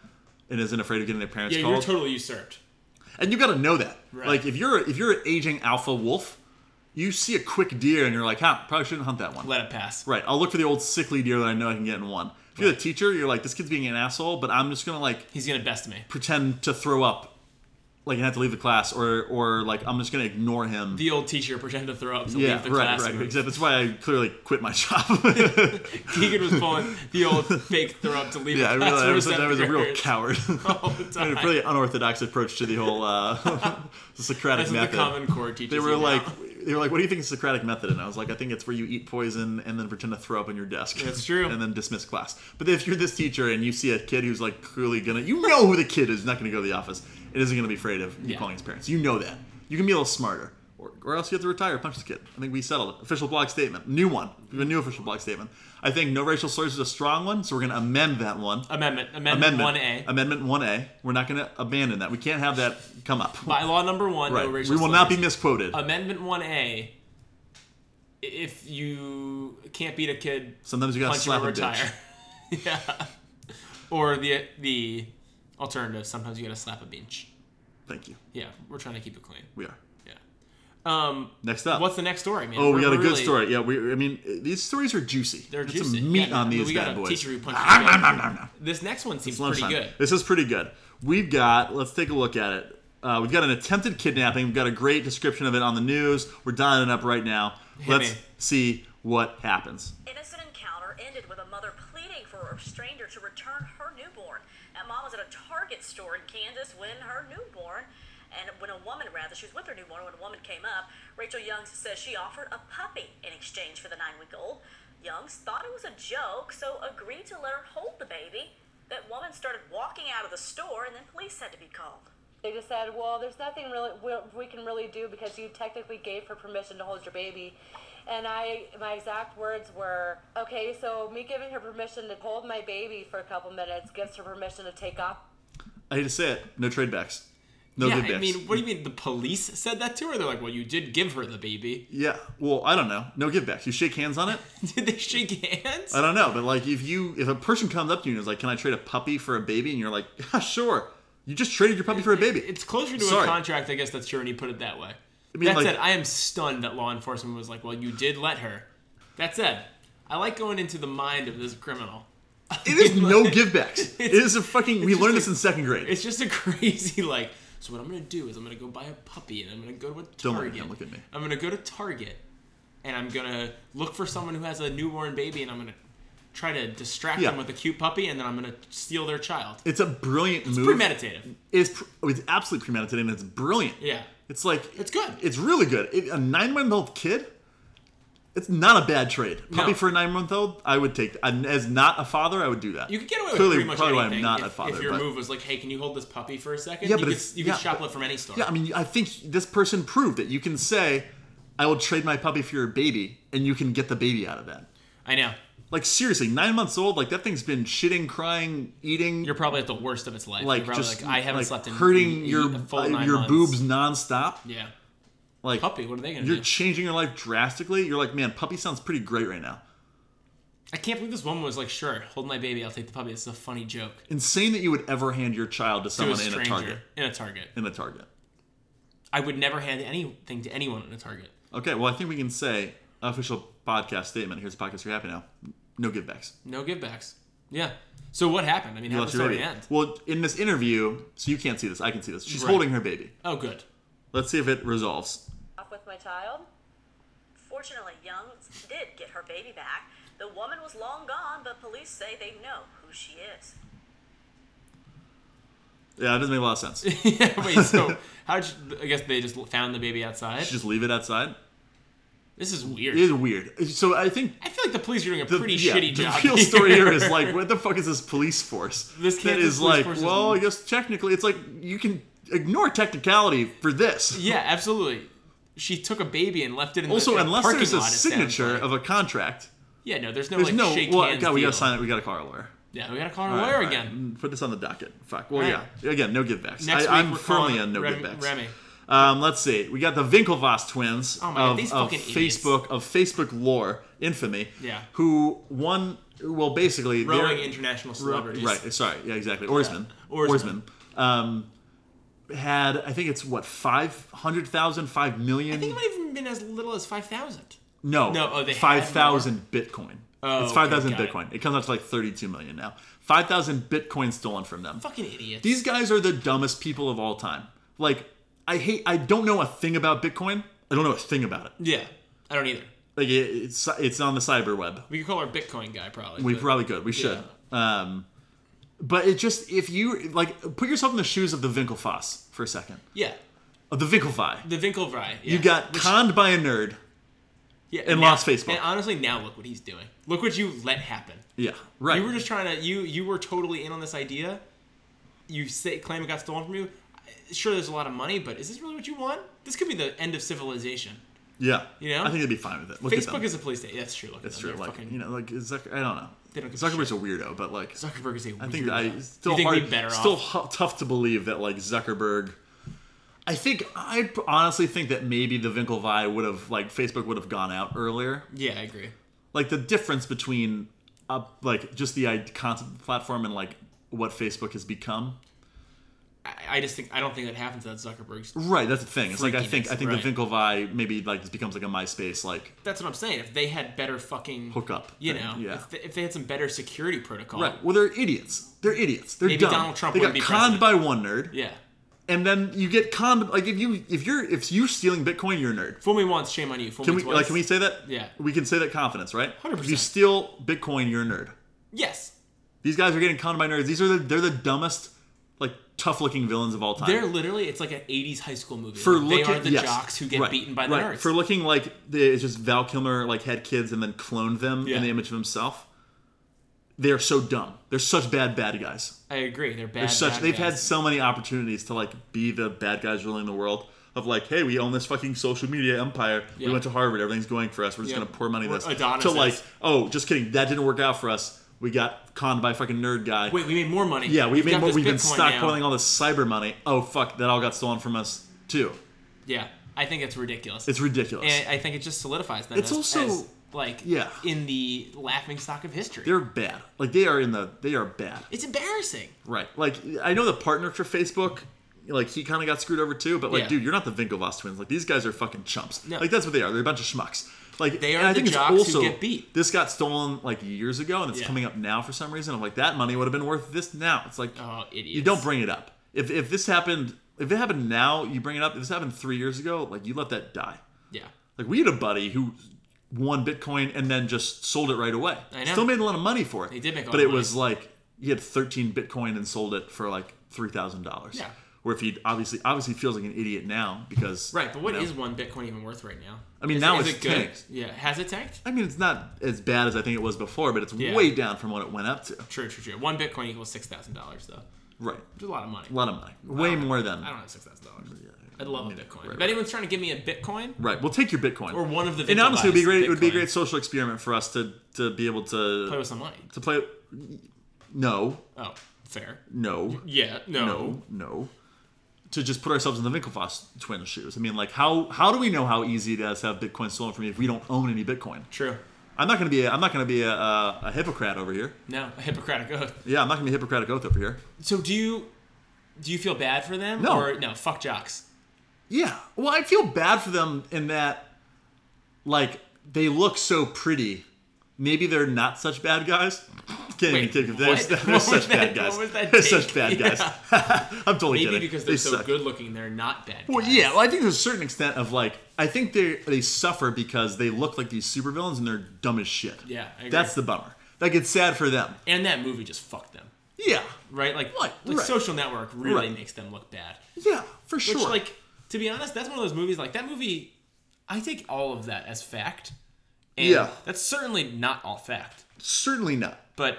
B: and isn't afraid of getting their parents
C: yeah, you're
B: called,
C: totally usurped.
B: and you got to know that.
C: Right.
B: Like if you're if you're an aging alpha wolf, you see a quick deer and you're like, huh, probably shouldn't hunt that one.
C: Let it pass.
B: Right. I'll look for the old sickly deer that I know I can get in one. If you're the teacher, you're like, this kid's being an asshole, but I'm just gonna like
C: He's gonna best me.
B: pretend to throw up, like and have to leave the class, or or like I'm just gonna ignore him.
C: The old teacher pretended to throw up to
B: yeah,
C: leave the
B: right,
C: class.
B: right.
C: room.
B: Except that's why I clearly quit my job.
C: Keegan was pulling the old fake throw up to leave
B: Yeah, I
C: the class.
B: realized I
C: room
B: was, I was a real
C: afterwards.
B: coward.
C: Oh,
B: I had a
C: die.
B: pretty unorthodox approach to the whole uh, Socratic
C: That's what the
B: method.
C: Common Core teaches.
B: they
C: you
B: were
C: now.
B: like, they were like, "What do you think is Socratic method?" And I was like, "I think it's where you eat poison and then pretend to throw up on your desk."
C: That's true.
B: and then dismiss class. But if you're this teacher and you see a kid who's like clearly gonna, you know who the kid is not gonna go to the office. It isn't gonna be afraid of you
C: Yeah.
B: calling his parents. You know that. You can be a little smarter, or, or else you have to retire. Punch the kid. I think we settled it. Official blog statement, new one, a new official blog statement. I think no racial slurs is a strong one, so we're gonna amend that one.
C: amendment, amendment
B: Amendment
C: one A.
B: Amendment one A. We're not going to abandon that. We can't have that come up.
C: By law number one,
B: Right.
C: no
B: We
C: racial
B: will not be
C: slurs. Um,
B: misquoted.
C: Amendment one A. If you can't beat a kid,
B: Sometimes you got to
C: punch him
B: slap
C: or
B: a bitch.
C: retire. yeah. Or the the alternative. Sometimes you gotta slap a bench.
B: Thank you.
C: Yeah, we're trying to keep it clean.
B: We are.
C: Yeah. Um,
B: Next up.
C: what's the next story, man?
B: oh,
C: We're-
B: we got a
C: we're
B: good
C: really-
B: story. Yeah, we. I mean, these stories are juicy.
C: They're
B: Get
C: juicy.
B: Some meat
C: Yeah,
B: on
C: we
B: these
C: got
B: bad
C: a
B: boys.
C: teacher who punched
B: Ah,
C: a
B: nom,
C: man.
B: nom, nom, nom.
C: This next one seems
B: It's lunchtime.
C: pretty good.
B: This is pretty good. We've got. Let's take a look at it. Uh, we've got an attempted kidnapping. We've got a great description of it on the news. We're dialing it up right now. let's
C: me.
B: see what happens.
E: Innocent encounter ended with a mother pleading for a stranger to return her newborn. That mom was at a Target store in Kansas when her newborn, and when a woman rather, she was with her newborn when a woman came up. Rachel Young says she offered a puppy in exchange for the nine week old. Youngs thought it was a joke, so agreed to let her hold the baby. That woman started walking out of the store, and then police had to be called.
F: They just said, well, there's nothing really we, we can really do because you technically gave her permission to hold your baby. And I, my exact words were, okay, so me giving her permission to hold my baby for a couple minutes gives her permission to take off
B: I hate to say it, no trade backs. No
C: yeah,
B: good
C: I
B: backs.
C: mean, what do you mean? The police said that to her? They're like, well, you did give her the baby.
B: yeah, well, I don't know. No give backs. You shake hands on it?
C: did they shake hands?
B: I don't know, but like if you if a person comes up to you and is like, "Can I trade a puppy for a baby?" and you're like, "Yeah, sure." You just traded your puppy for a baby.
C: It's closer to
B: Sorry.
C: a contract, I guess that's true, and you put it that way.
B: mean,
C: that
B: like-
C: said, I am stunned that law enforcement was like, well, you did let her. That said, I like going into the mind of this criminal.
B: It is no givebacks. It is a fucking. We
C: just
B: learned
C: a-
B: this in second grade.
C: It's just a crazy, like, so what I'm going to do is I'm going to go buy a puppy, and I'm going to go to a Target.
B: Don't look at me, don't look at me.
C: I'm going to go to Target, and I'm going to look for someone who has a newborn baby, and I'm going to try to distract
B: Yeah.
C: them with a cute puppy, and then I'm going to steal their child.
B: It's a brilliant move.
C: Premeditative.
B: It's pr- oh, it's absolutely premeditated and it's brilliant.
C: Yeah.
B: It's like
C: It's good.
B: It's really good. It, a nine month old kid. It's not a bad trade. Puppy
C: No.
B: for a nine month old, I would take. that. And as not a father, I would do that.
C: You could get away with
B: Clearly,
C: pretty much
B: probably
C: anything
B: why I'm not
C: if,
B: a father.
C: if your
B: but,
C: move was like, "Hey, can you hold this puppy for a second?
B: Yeah,
C: you
B: but
C: could,
B: it's-
C: you could
B: yeah,
C: shop
B: but-
C: it from any store.
B: Yeah, I mean, I think this person proved that you can say, "I will trade my puppy for your baby," and you can get the baby out of that.
C: I know.
B: Like seriously, nine months old, like that thing's been shitting, crying, eating,
C: You're probably at the worst of its life.
B: like
C: You're probably
B: just
C: like, I haven't
B: like,
C: slept in
B: hurting
C: in-
B: your uh,
C: in a full nine
B: your
C: months."
B: boobs nonstop.
C: Yeah,
B: Like
C: puppy. What are they gonna
B: you're
C: do?
B: changing your life drastically. You're like, man, puppy sounds pretty great right now.
C: I can't believe this woman was like, "Sure, hold my baby. I'll take the puppy." This is a funny joke
B: Insane that you would ever hand your child to
C: to a
B: someone in
C: stranger
B: a Target.
C: in a Target.
B: In a Target.
C: I would never hand anything to anyone in a Target.
B: Okay, well, I think we can say official podcast statement. Here's podcast. You're happy now. No givebacks.
C: No givebacks. Yeah. So what happened? I mean, how did the
B: Unless you're
C: story
B: ready.
C: end?
B: Well, in this interview, so you can't see this. I can see this. She's
C: Right.
B: holding her baby.
C: Oh, good.
B: Let's see if it resolves.
F: with my child.
E: Fortunately, Youngs did get her baby back. The woman was long gone, but police say they know who she is.
B: Yeah, it doesn't make a lot of sense. Should
C: yeah. Wait. So how? did you- I guess they just found the baby outside.
B: just leave it outside.
C: This is weird.
B: It is weird. So I think
C: I feel like the police are doing a
B: the,
C: pretty
B: yeah,
C: shitty
B: the
C: job.
B: real story here is like, what the fuck is this police force?
C: This
B: that
C: Kansas
B: is
C: police
B: like,
C: force is-
B: well, I guess technically, it's like you can ignore technicality for this.
C: Yeah, absolutely. She took a baby and left it in
B: Also,
C: the
B: unless
C: parking
B: there's a
C: lot, it sounds
B: signature
C: like.
B: of a contract,
C: yeah, no, there's no
B: there's
C: like
B: no.
C: shake
B: Well,
C: hands.
B: God, we gotta
C: deal.
B: sign it. We gotta call our lawyer.
C: Yeah, we gotta call her
B: All right,
C: lawyer
B: all right.
C: again.
B: Put this on the docket. Fuck. Well,
C: All
B: yeah.
C: right.
B: Again, no givebacks.
C: Next
B: I,
C: week
B: I'm
C: we're
B: firmly
C: calling
B: on no
C: Rem-
B: givebacks.
C: Remy.
B: Um, let's see. We got the Winklevoss twins
C: Oh my God,
B: of,
C: these
B: of
C: fucking idiots.
B: Facebook of Facebook lore infamy.
C: Yeah.
B: Who won? Well, basically, they're-
C: Rowing international celebrities.
B: Mm, Right. Sorry. Yeah. Exactly. Oarsman.
C: Yeah,
B: Oarsman,
C: Oarsman.
B: Um, had I think it's what five hundred thousand, five million.
C: I think it might have even been as little as five thousand.
B: No,
C: No, oh, they had
B: five thousand Bitcoin.
C: Oh,
B: it's five
C: okay,
B: thousand
C: got it.
B: Bitcoin. It. comes out to like thirty-two million now. Five thousand Bitcoin stolen from them.
C: Fucking idiots.
B: These guys are the dumbest people of all time. Like, I hate. I don't know a thing about Bitcoin. I don't know a thing about it.
C: yeah, I don't either.
B: Like, it, it's it's on the cyber web.
C: We could call her Bitcoin guy probably.
B: We
C: but-
B: probably could. We should. Um, but it just if you like put yourself in the shoes of the Winklevoss for a second.
C: Yeah,
B: Of the Winklevi.
C: the Vinkelvry. Yeah.
B: You got
C: Which-
B: conned by a nerd.
C: yeah,
B: and
C: now-
B: lost Facebook.
C: And honestly, now look what he's doing. Look what you let happen.
B: Yeah. Right.
C: You were just trying to you you were totally in on this idea. You say claim it got stolen from you. Sure, there's a lot of money, but is this really what you want? This could be the end of civilization.
B: yeah.
C: you know?
B: I think it'd be fine with it. Look at them.
C: Facebook is a police state. Yeah, that's true. Look at
B: That's
C: them.
B: true.
C: They're
B: Like
C: fucking-
B: you know, like Zucker. I don't know.
C: They don't give a
B: Zuckerberg's a weirdo, but like
C: Zuckerberg is a
B: I think
C: weirdo.
B: I still
C: you think
B: hard,
C: we better
B: still
C: off.
B: hu- tough to believe that like Zuckerberg. I think I p- honestly think that maybe the Vinkelvi would have like Facebook would have gone out earlier.
C: Yeah, I agree.
B: Like the difference between uh, like just the I- concept of the platform and like what Facebook has become.
C: I, I just think I don't think that happens at Zuckerberg's.
B: Right, that's the thing. It's like I think
C: Freakiness,
B: I think
C: right.
B: the Vinkelvi maybe like just becomes like a MySpace like
C: That's what I'm saying. If they had better fucking
B: hookup.
C: you
B: thing.
C: know,
B: yeah.
C: if, they, if they had some better security protocol,
B: Right. Well, they're idiots. They're idiots. They're
C: Maybe
B: dumb.
C: Donald Trump
B: they got
C: wouldn't be
B: conned
C: president.
B: by one nerd.
C: Yeah,
B: and then you get con like if you if you're if you're stealing Bitcoin, you're a nerd.
C: fool me once, shame on you. Fool
B: Can
C: me
B: we
C: twice.
B: like can we say that?
C: Yeah.
B: we can say that confidence, right?
C: 100%.
B: If you steal Bitcoin, you're a nerd.
C: Yes,
B: These guys are getting conned by nerds. These are the they're the dumbest like tough looking villains of all time.
C: They're literally it's like an '80s high school movie.
B: for
C: Like,
B: looking,
C: they are the
B: yes,
C: jocks who get
B: right,
C: beaten by the
B: right.
C: nerds.
B: For looking like the, it's just Val Kilmer like had kids and then cloned them
C: Yeah.
B: in the image of himself. They are so dumb. They're such bad bad guys.
C: I agree. They're bad.
B: They're such.
C: bad
B: they've
C: guys.
B: had so many opportunities to like be the bad guys ruling the world. Of like, hey, we own this fucking social media empire.
C: Yeah.
B: We went to Harvard. Everything's going for us. We're just
C: Yeah.
B: gonna pour money
C: We're
B: this.
C: Adonises.
B: To like, oh, just kidding. That didn't work out for us. We got conned by a fucking nerd guy.
C: Wait, we made more money.
B: Yeah, we
C: We've
B: made
C: got
B: more.
C: this
B: We've been
C: Bitcoin now.
B: stockpiling all this cyber money. Oh fuck, that all got stolen from us too.
C: Yeah, I think it's ridiculous.
B: It's ridiculous.
C: and I think it just solidifies them.
B: It's
C: as-
B: also-
C: as, like
B: yeah.
C: in the laughing stock of history.
B: They're bad. Like they are in the. They are bad.
C: it's embarrassing.
B: Right. Like I know the partner for Facebook. Like he kind of got screwed over too. But like,
C: Yeah.
B: dude, you're not the Winklevoss twins. Like these guys are fucking chumps.
C: No.
B: Like that's what they are. They're a bunch of schmucks. Like
C: They are
B: and I
C: the
B: think it's
C: jocks who
B: also,
C: get beat.
B: This got stolen like years ago, and it's
C: Yeah.
B: coming up now for some reason. I'm like, that money would have been worth this now. It's like,
C: Oh, idiots!
B: you don't bring it up. If if this happened, if it happened now, you bring it up. If this happened three years ago, like you let that die.
C: Yeah,
B: Like we had a buddy who won Bitcoin and then just sold it right away.
C: I know.
B: Still made a lot of money for it. He
C: did make a lot
B: But
C: of
B: it
C: money.
B: was like he had 13 Bitcoin and sold it for like three thousand dollars.
C: Yeah.
B: Where if he obviously obviously feels like an idiot now because
C: right. But what
B: you
C: is
B: know.
C: one Bitcoin even worth right now?
B: I mean,
C: Is-
B: now
C: is
B: it's
C: it good?
B: tanked.
C: Yeah, has it tanked?
B: I mean it's not as bad as I think it was before, but it's
C: Yeah.
B: way down from what it went up to.
C: True, true, true. One Bitcoin equals six thousand dollars, though.
B: Right.
C: Which is a lot of money.
B: A lot of money. Way more than
C: I don't have six thousand dollars. I'd love a
B: Yeah,
C: Bitcoin.
B: right,
C: if
B: right.
C: anyone's trying to give me a Bitcoin,
B: Right. We'll take your Bitcoin.
C: Or one of the
B: And honestly, it would be
C: Winklevoss
B: great it would be a
C: Bitcoin.
B: great social experiment for us to to be able to
C: play with some money.
B: to play no,
C: Oh, fair.
B: no.
C: Yeah, no.
B: no, no. To just put ourselves in the Winklevoss twins' shoes. I mean, like, how how do we know how easy it is to have Bitcoin stolen from you if we don't own any Bitcoin?
C: True.
B: I'm not gonna be a, I'm not gonna be a, a, a hypocrite over here.
C: No, a Hippocratic oath.
B: Yeah, I'm not gonna be a Hippocratic oath over here.
C: So do you do you feel bad for them?
B: No.
C: Or no, fuck jocks.
B: Yeah. Well, I feel bad for them in that, like, they look so pretty. Maybe they're not such bad guys. Can't
C: Wait,
B: even think of
C: what?
B: they're,
C: What
B: they're
C: was
B: such bad
C: that-
B: guys.
C: what was that
B: they're
C: take?
B: such bad guys. I'm totally
C: Maybe
B: kidding.
C: because they're
B: They
C: so
B: suck.
C: good looking, they're not bad.
B: Well,
C: guys.
B: yeah. Well, I think there's a certain extent of like I think they they suffer because they look like these supervillains and they're dumb as shit.
C: Yeah, I agree.
B: that's the bummer. Like it's sad for them.
C: And that movie just fucked them,
B: Yeah,
C: right? Like,
B: Right,
C: like
B: right.
C: Social Network really
B: Right.
C: makes them look bad.
B: yeah, for sure.
C: Which, like, to be honest, that's one of those movies. Like that movie, I take all of that as fact. And
B: Yeah.
C: That's certainly not all fact,
B: certainly not.
C: but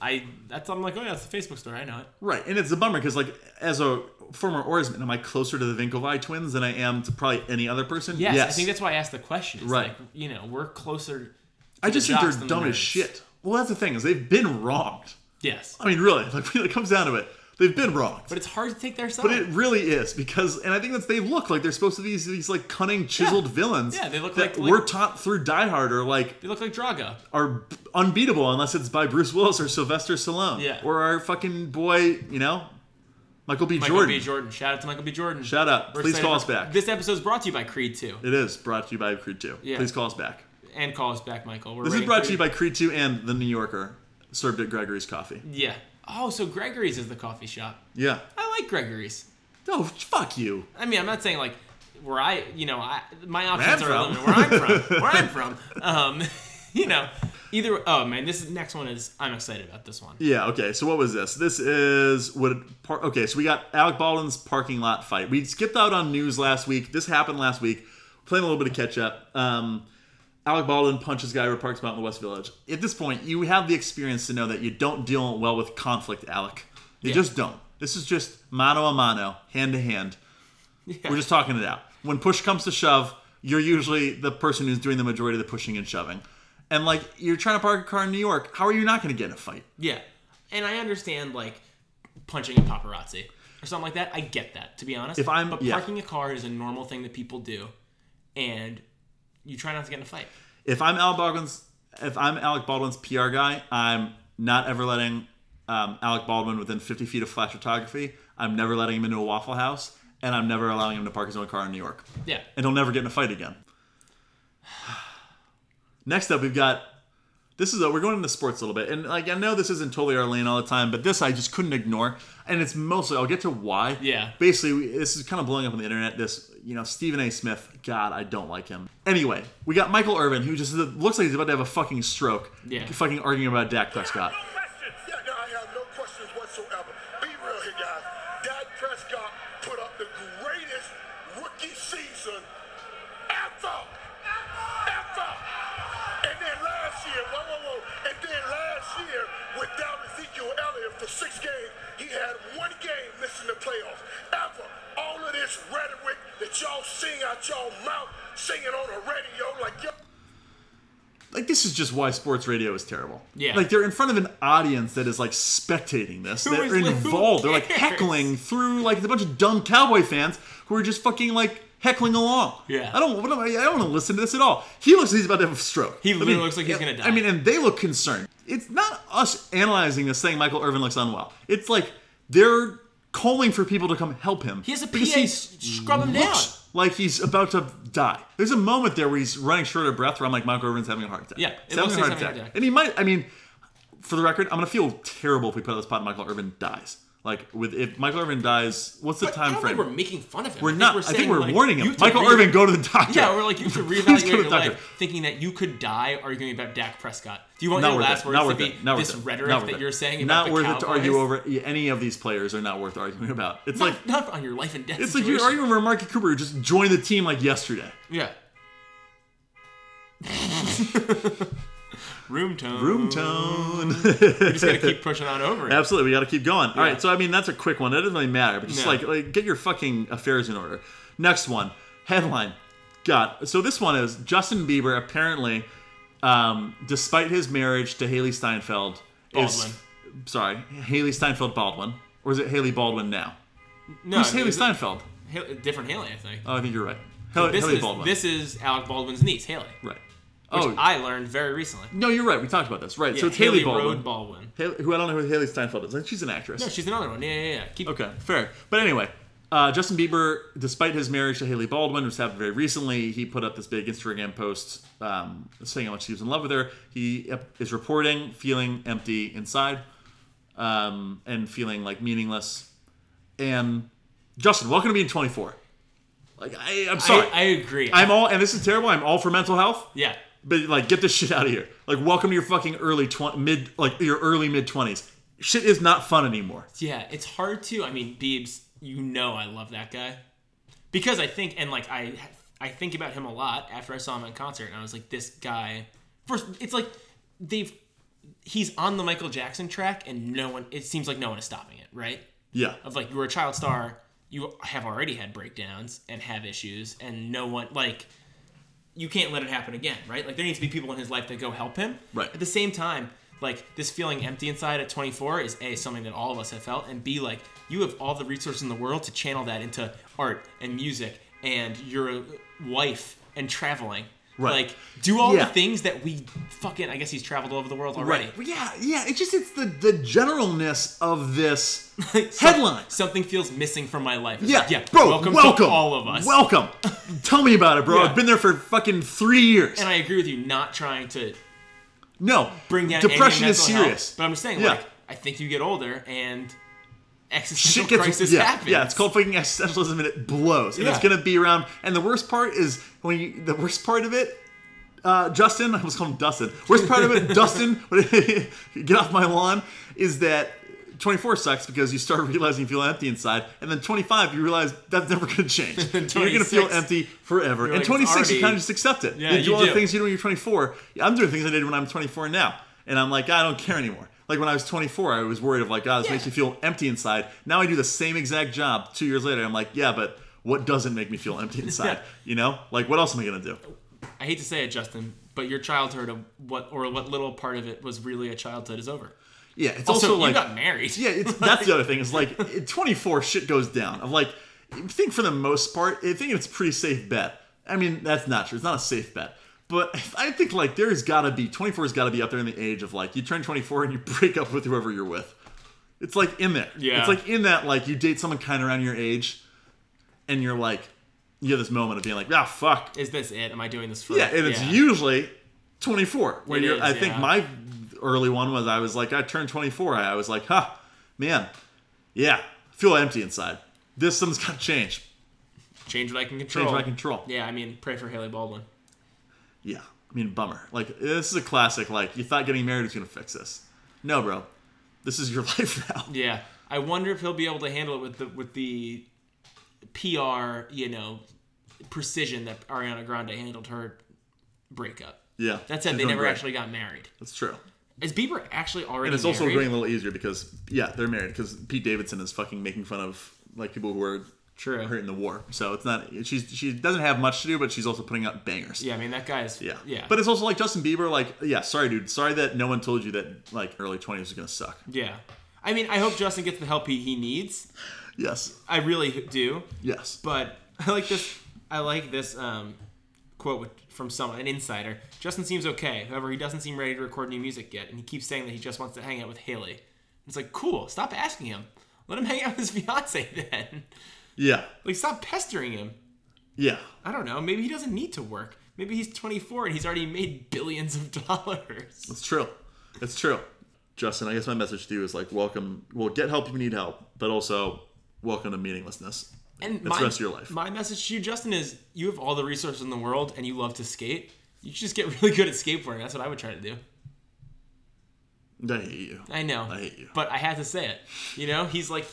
C: I that's I'm like, oh yeah, it's a Facebook story. I know it.
B: Right, and it's a bummer because like as a former oarsman, am I closer to the Vinkovi twins than I am to probably any other person?
C: Yes, I think that's why I asked the question. It's
B: Right.
C: Like, you know, we're closer.
B: I just
C: the
B: think
C: jocks
B: they're
C: than the
B: dumb as
C: nerds.
B: shit. Well, that's the thing is they've been wronged.
C: Yes.
B: I mean, really, like when it comes down to it, they've been wronged.
C: But it's hard to take their side.
B: But it really is because, and I think that's they look like they're supposed to be these, these like cunning, chiseled
C: Yeah.
B: villains.
C: Yeah, they look
B: that
C: like- like-
B: we're taught through Die Hard are like
C: they look like Draga.
B: are unbeatable unless it's by Bruce Willis or Sylvester Stallone.
C: Yeah.
B: or our fucking boy, you know, Michael B.
C: Michael
B: Jordan.
C: B. Jordan. Shout out to Michael B. Jordan.
B: Shout out.
C: We're
B: Please
C: excited
B: call
C: for-
B: us back.
C: This episode is brought to you by Creed 2.
B: It is brought to you by Creed Two.
C: Yeah.
B: Please call us back.
C: And call us back, Michael. We're
B: This is
C: waiting
B: brought
C: for
B: to you by Creed Two and The New Yorker, served at Gregory's Coffee.
C: Yeah. Oh, so Gregory's is the coffee shop.
B: Yeah.
C: I like Gregory's.
B: Oh, fuck you.
C: I mean, I'm not saying like where I, you know, I, my options
B: I'm
C: are
B: from.
C: limited. Where I'm from, where I'm from. Um, you know, either. Oh man, this next one is. I'm excited about this one.
B: Yeah. Okay. So what was this? This is what. Par- okay. So we got Alec Baldwin's parking lot fight. We skipped out on news last week. This happened last week. Playing a little bit of catch up. Um, Alec Baldwin punches guy who parks him out in the West Village. At this point, you have the experience to know that you don't deal well with conflict, Alec. You
C: Yeah.
B: just don't. This is just mano a mano, hand to hand. We're just talking it out. When push comes to shove, you're usually the person who's doing the majority of the pushing and shoving. And like you're trying to park a car in New York, how are you not going to get in a fight?
C: Yeah, and I understand like punching a paparazzi or something like that. I get that, to be honest.
B: If I'm-
C: but
B: yeah.
C: parking a car is a normal thing that people do, and you try not to get in a fight.
B: if I'm Alec Baldwin's if I'm Alec Baldwin's PR guy, I'm not ever letting um, Alec Baldwin within 50 feet of flash photography. I'm never letting him into a Waffle House, and I'm never allowing him to park his own car in New York.
C: Yeah.
B: And he'll never get in a fight again. Next up, we've got this is a, we're going into sports a little bit, and like I know this isn't totally our lane all the time, but this I just couldn't ignore, and it's mostly I'll get to why.
C: Yeah.
B: Basically, we, this is kind of blowing up on the internet. This you know Stephen A. Smith, God, I don't like him. Anyway, we got Michael Irvin, who just is a- looks like he's about to have a fucking stroke.
C: Yeah.
B: Fucking arguing about Dak Prescott.
G: Yeah, no, I have no questions whatsoever. Be real here, guys. Dak Prescott put up the greatest rookie season ever. Ever. And then last year, whoa, whoa, whoa. And then last year, without Ezekiel Elliott for six games, he had one game missing the playoffs. Ever. All of this rhetoric that y'all sing out y'all mouth, singing on the radio like y'all.
B: Like this is just why sports radio is terrible.
C: Yeah.
B: Like they're in front of an audience that is like spectating this.
C: Who
B: They're
C: is- who
B: involved. They're like
C: cares?
B: heckling through like a bunch of dumb cowboy fans who are just fucking like heckling along.
C: Yeah.
B: I don't. What am I, I don't want to listen to this at all. He looks like he's about to have a stroke.
C: He
B: I
C: literally looks like he's gonna die.
B: I mean, and they look concerned. It's not us analyzing this saying Michael Irvin looks unwell. It's like they're calling for people to come help him.
C: He has a PA
B: because he
C: s- scrub him down.
B: looks like he's about to die. There's a moment there where he's running short of breath where I'm like, Michael Irvin's having a heart attack.
C: Yeah, it
B: He's having
C: looks
B: a
C: like
B: heart
C: he's having a
B: attack.
C: heart attack.
B: And he might, I mean, for the record, I'm going to feel terrible if we put out this pod and Michael Irvin dies. Like, with if Michael Irvin dies, what's the
C: But I
B: time
C: don't
B: frame?
C: think we're making fun of him.
B: We're not. I think we're,
C: saying, like,
B: warning
C: you
B: him.
C: have to
B: Michael
C: re-
B: Irvin, go to the doctor.
C: Yeah, we're like you should
B: Please
C: reevaluate
B: go to
C: your
B: the doctor.
C: life, thinking that you could die arguing about Dak Prescott. Do you want
B: Not
C: your
B: worth
C: last
B: it.
C: words
B: Not
C: to
B: worth
C: be
B: it. Not
C: this
B: worth it.
C: rhetoric
B: Not worth
C: that
B: it.
C: you're saying
B: Not
C: about
B: worth
C: the
B: it to argue
C: Cowboys?
B: over. yeah, Any of these players are not worth arguing about. It's
C: Not,
B: like
C: not on your life and death.
B: it's like you're
C: situation.
B: arguing over Marky Cooper who just joined the team like yesterday.
C: Yeah. Room tone.
B: Room tone.
C: We just gotta keep pushing on over. It.
B: Absolutely, we got to keep going. All
C: Yeah.
B: right, so I mean that's a quick one. That doesn't really matter, but just
C: No.
B: like like get your fucking affairs in order. Next one, headline. God, so this one is Justin Bieber apparently, um, despite his marriage to Haley Steinfeld,
C: Baldwin.
B: is sorry Haley Steinfeld Baldwin, or is it Haley Baldwin now?
C: No,
B: Who's
C: I mean,
B: Haley
C: is it-
B: Steinfeld?
C: Haley- different Haley, I think.
B: Oh, I think you're right. Haley,
C: this
B: Haley
C: is
B: Baldwin.
C: this is Alec Baldwin's niece, Haley.
B: right.
C: Which
B: Oh,
C: I learned very recently.
B: no, you're right. We talked about this. Right.
C: Yeah,
B: so it's Haley, Baldwin,
C: Road Baldwin.
B: Haley- who I don't know who Haley Steinfeld is. I think she's an actress.
C: No, she's another one. Yeah, yeah, yeah. Keep
B: Okay, fair. But anyway, uh, Justin Bieber, despite his marriage to Haley Baldwin, which happened very recently, he put up this big Instagram post um, saying how much he was in love with her. He uh, is reporting feeling empty inside um, and feeling like meaningless. And Justin, welcome to being 24. Like I, I'm sorry,
C: I, I agree.
B: I'm all, and this is terrible. I'm all for mental health.
C: yeah.
B: But like, get this shit out of here. Like, welcome to your fucking early twenty, mid, like your early mid twenties. Shit is not fun anymore.
C: Yeah, it's hard to. I mean, Biebs, you know I love that guy because I think and like I I think about him a lot after I saw him in concert and I was like this guy first it's like they've he's on the Michael Jackson track and no one it seems like no one is stopping it, right?
B: Yeah,
C: Of like you were a child star, you have already had breakdowns and have issues and no one like you can't let it happen again, right? Like there needs to be people in his life that go help him.
B: Right.
C: At the same time, like this feeling empty inside at 24 is a something that all of us have felt, and b like you have all the resources in the world to channel that into art and music and your wife and traveling.
B: Right.
C: Like do all
B: Yeah.
C: the things that we fucking I guess he's traveled all over the world already.
B: Right. Yeah, yeah. It's just it's the the generalness of this
C: So-
B: headline.
C: Something feels missing from my life. It's
B: Yeah,
C: like, yeah,
B: bro.
C: Welcome,
B: Welcome,
C: to all of us.
B: Welcome. Tell me about it, bro.
C: Yeah.
B: I've been there for fucking three years.
C: and I agree with you. Not trying to
B: no,
C: bring down
B: depression
C: any
B: is
C: mental health,
B: serious.
C: but I'm just saying,
B: Yeah.
C: like, I think you get older and existential
B: Shit gets
C: crisis
B: yeah,
C: happens.
B: yeah. It's called fucking existentialism, and it blows. And it's
C: Yeah.
B: gonna be around. And the worst part is when you the worst part of it. Uh, Justin, I was calling him Dustin. Worst part of it, Dustin, get off my lawn, is that 24 sucks because you start realizing you feel empty inside, and then 25 you realize that's never going to change. you're going to feel
C: 26
B: empty forever.
C: like,
B: And
C: it's
B: 26
C: already-
B: you kind of just accept it.
C: Yeah,
B: you do
C: you
B: all the
C: do.
B: things you do when you're 24. Yeah, I'm doing things I did when I'm 24 now, and I'm like, I don't care anymore. Like when I was 24, I was worried of like, God, this
C: Yeah.
B: makes me feel empty inside. Now I do the same exact job two years later. I'm like, yeah, but what doesn't make me feel empty inside? You know, like what else am I gonna do?
C: I hate to say it, Justin, but your childhood of what or what little part of it was really a childhood is over.
B: Yeah, it's
C: Also,
B: also,
C: you
B: like
C: got married.
B: Yeah, it's, that's the other thing. Is like at 24, shit goes down. Of like, I think for the most part, I think it's a pretty safe bet. I mean, that's not true. It's not a safe bet. But I think like there's gotta be 24's gotta be up there in the age of like you turn 24 and you break up with whoever you're with. It's like in there.
C: Yeah.
B: It's like in that like you date someone kind of around your age, and you're like you have this moment of being like ah fuck
C: Is this it? Am I doing this for?
B: yeah, and it's usually 24. When
C: It
B: you're,
C: is,
B: I think
C: yeah.
B: my early one was I was like, I turned 24. I was like, huh, man, yeah, I feel empty inside. This something's got to change.
C: Change what I can control.
B: Change my control.
C: Yeah, I mean, pray for Haley Baldwin.
B: Yeah. I mean, bummer. Like, this is a classic. Like, you thought getting married was going to fix this. No, bro. This is your life now.
C: Yeah. I wonder if he'll be able to handle it with the with the PR, you know, precision that Ariana Grande handled her breakup.
B: Yeah.
C: That said,
B: she's
C: they
B: doing
C: never
B: great.
C: actually got married.
B: That's true.
C: Is Bieber actually already?
B: And it's also
C: married?
B: getting a little easier because yeah, they're married because Pete Davidson is fucking making fun of like people who are
C: True.
B: hurt in the war. So it's not she's she doesn't have much to do, but she's also putting out bangers.
C: Yeah, I mean that guy is.
B: Yeah.
C: yeah.
B: But it's also like Justin Bieber, like, yeah, sorry, dude. Sorry that no one told you that, like, early 20s was going to suck.
C: yeah. I mean, I hope Justin gets the help he, he needs.
B: Yes.
C: I really do.
B: Yes.
C: But I like this. I like this um, quote with, from someone, an insider. Justin seems okay. However, he doesn't seem ready to record new music yet, and he keeps saying that he just wants to hang out with Haley. It's like, cool. Stop asking him. Let him hang out with his fiance then.
B: yeah.
C: Like, stop pestering him.
B: Yeah.
C: I don't know. Maybe he doesn't need to work. Maybe he's 24 and he's already made billions of dollars.
B: It's true. It's true. Justin, I guess my message to you is like, welcome. Well, get help if you need help, but also welcome to meaninglessness.
C: And
B: It's the rest of your life.
C: My message to you, Justin, is you have all the resources in the world and you love to skate. You should just get really good at skateboarding. That's what I would try to do.
B: I hate you.
C: I know.
B: I hate you.
C: But I had to say it. You know, he's like,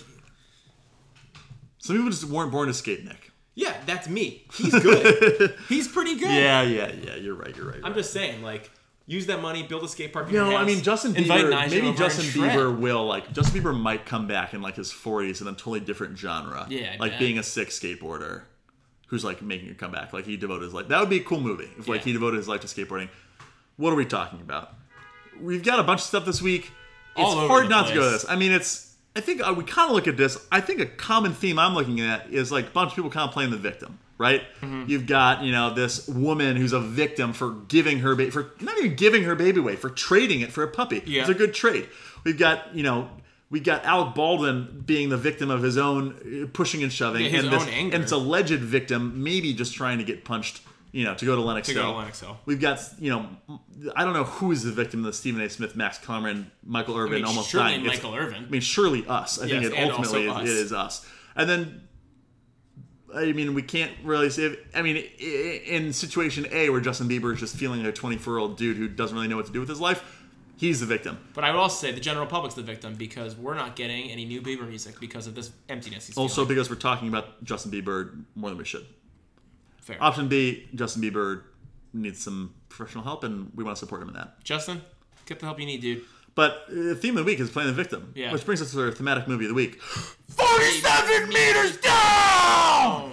B: Some people just weren't born to skate, Nick.
C: yeah, that's me. He's good. he's pretty good.
B: Yeah, yeah, yeah. You're right. You're right. you're
C: I'm
B: right.
C: just saying, like, use that money, build a skate park. in
B: No,
C: your
B: I
C: house,
B: mean Justin
C: invite
B: Bieber.
C: Nigel over
B: Maybe
C: and
B: Justin
C: shred.
B: Bieber will like Justin Bieber might come back in like his 40s in a totally different genre.
C: Yeah, I
B: like
C: bet.
B: being a sick skateboarder who's like making a comeback. Like he devoted his life. That would be a cool movie if like
C: Yeah.
B: he devoted his life to skateboarding. What are we talking about? We've got a bunch of stuff this week.
C: All
B: it's
C: over
B: hard
C: the
B: not to go to
C: place.
B: this. I mean, it's. I think uh, we kind of look at this. I think a common theme I'm looking at is like a bunch of people kind of playing the victim, right?
C: Mm-hmm.
B: You've got you know this woman who's a victim for giving her baby for not even giving her baby away for trading it for a puppy.
C: Yeah.
B: It's a good trade. We've got you know we got Alec Baldwin being the victim of his own uh, pushing and shoving
C: Yeah, his
B: and this
C: own anger.
B: and it's alleged victim maybe just trying to get punched. You know, to go to Lennox
C: To go to
B: Hill.
C: Lenox Hill.
B: We've got, you know, I don't know who is the victim of the Stephen A. Smith, Max Cameron, Michael Irvin
C: mean,
B: almost
C: surely
B: dying. It's-
C: Michael Irvin.
B: I mean, surely us. I
C: Yes,
B: think it
C: and
B: ultimately
C: also
B: is, it
C: us.
B: is us. And then, I mean, we can't really say. If, I mean, i- in situation A, where Justin Bieber is just feeling like a 24 year old dude who doesn't really know what to do with his life, he's the victim.
C: But I would also say the general public's the victim because we're not getting any new Bieber music because of this emptiness. He's
B: Also,
C: feeling.
B: because we're talking about Justin Bieber more than we should.
C: fair.
B: Option B, Justin Bieber needs some professional help, and we want to support him in that.
C: Justin, get the help you need, dude.
B: But the theme of the week is playing the victim,
C: Yeah.
B: which brings us to our thematic movie of the week.
C: Forty-seven meters down.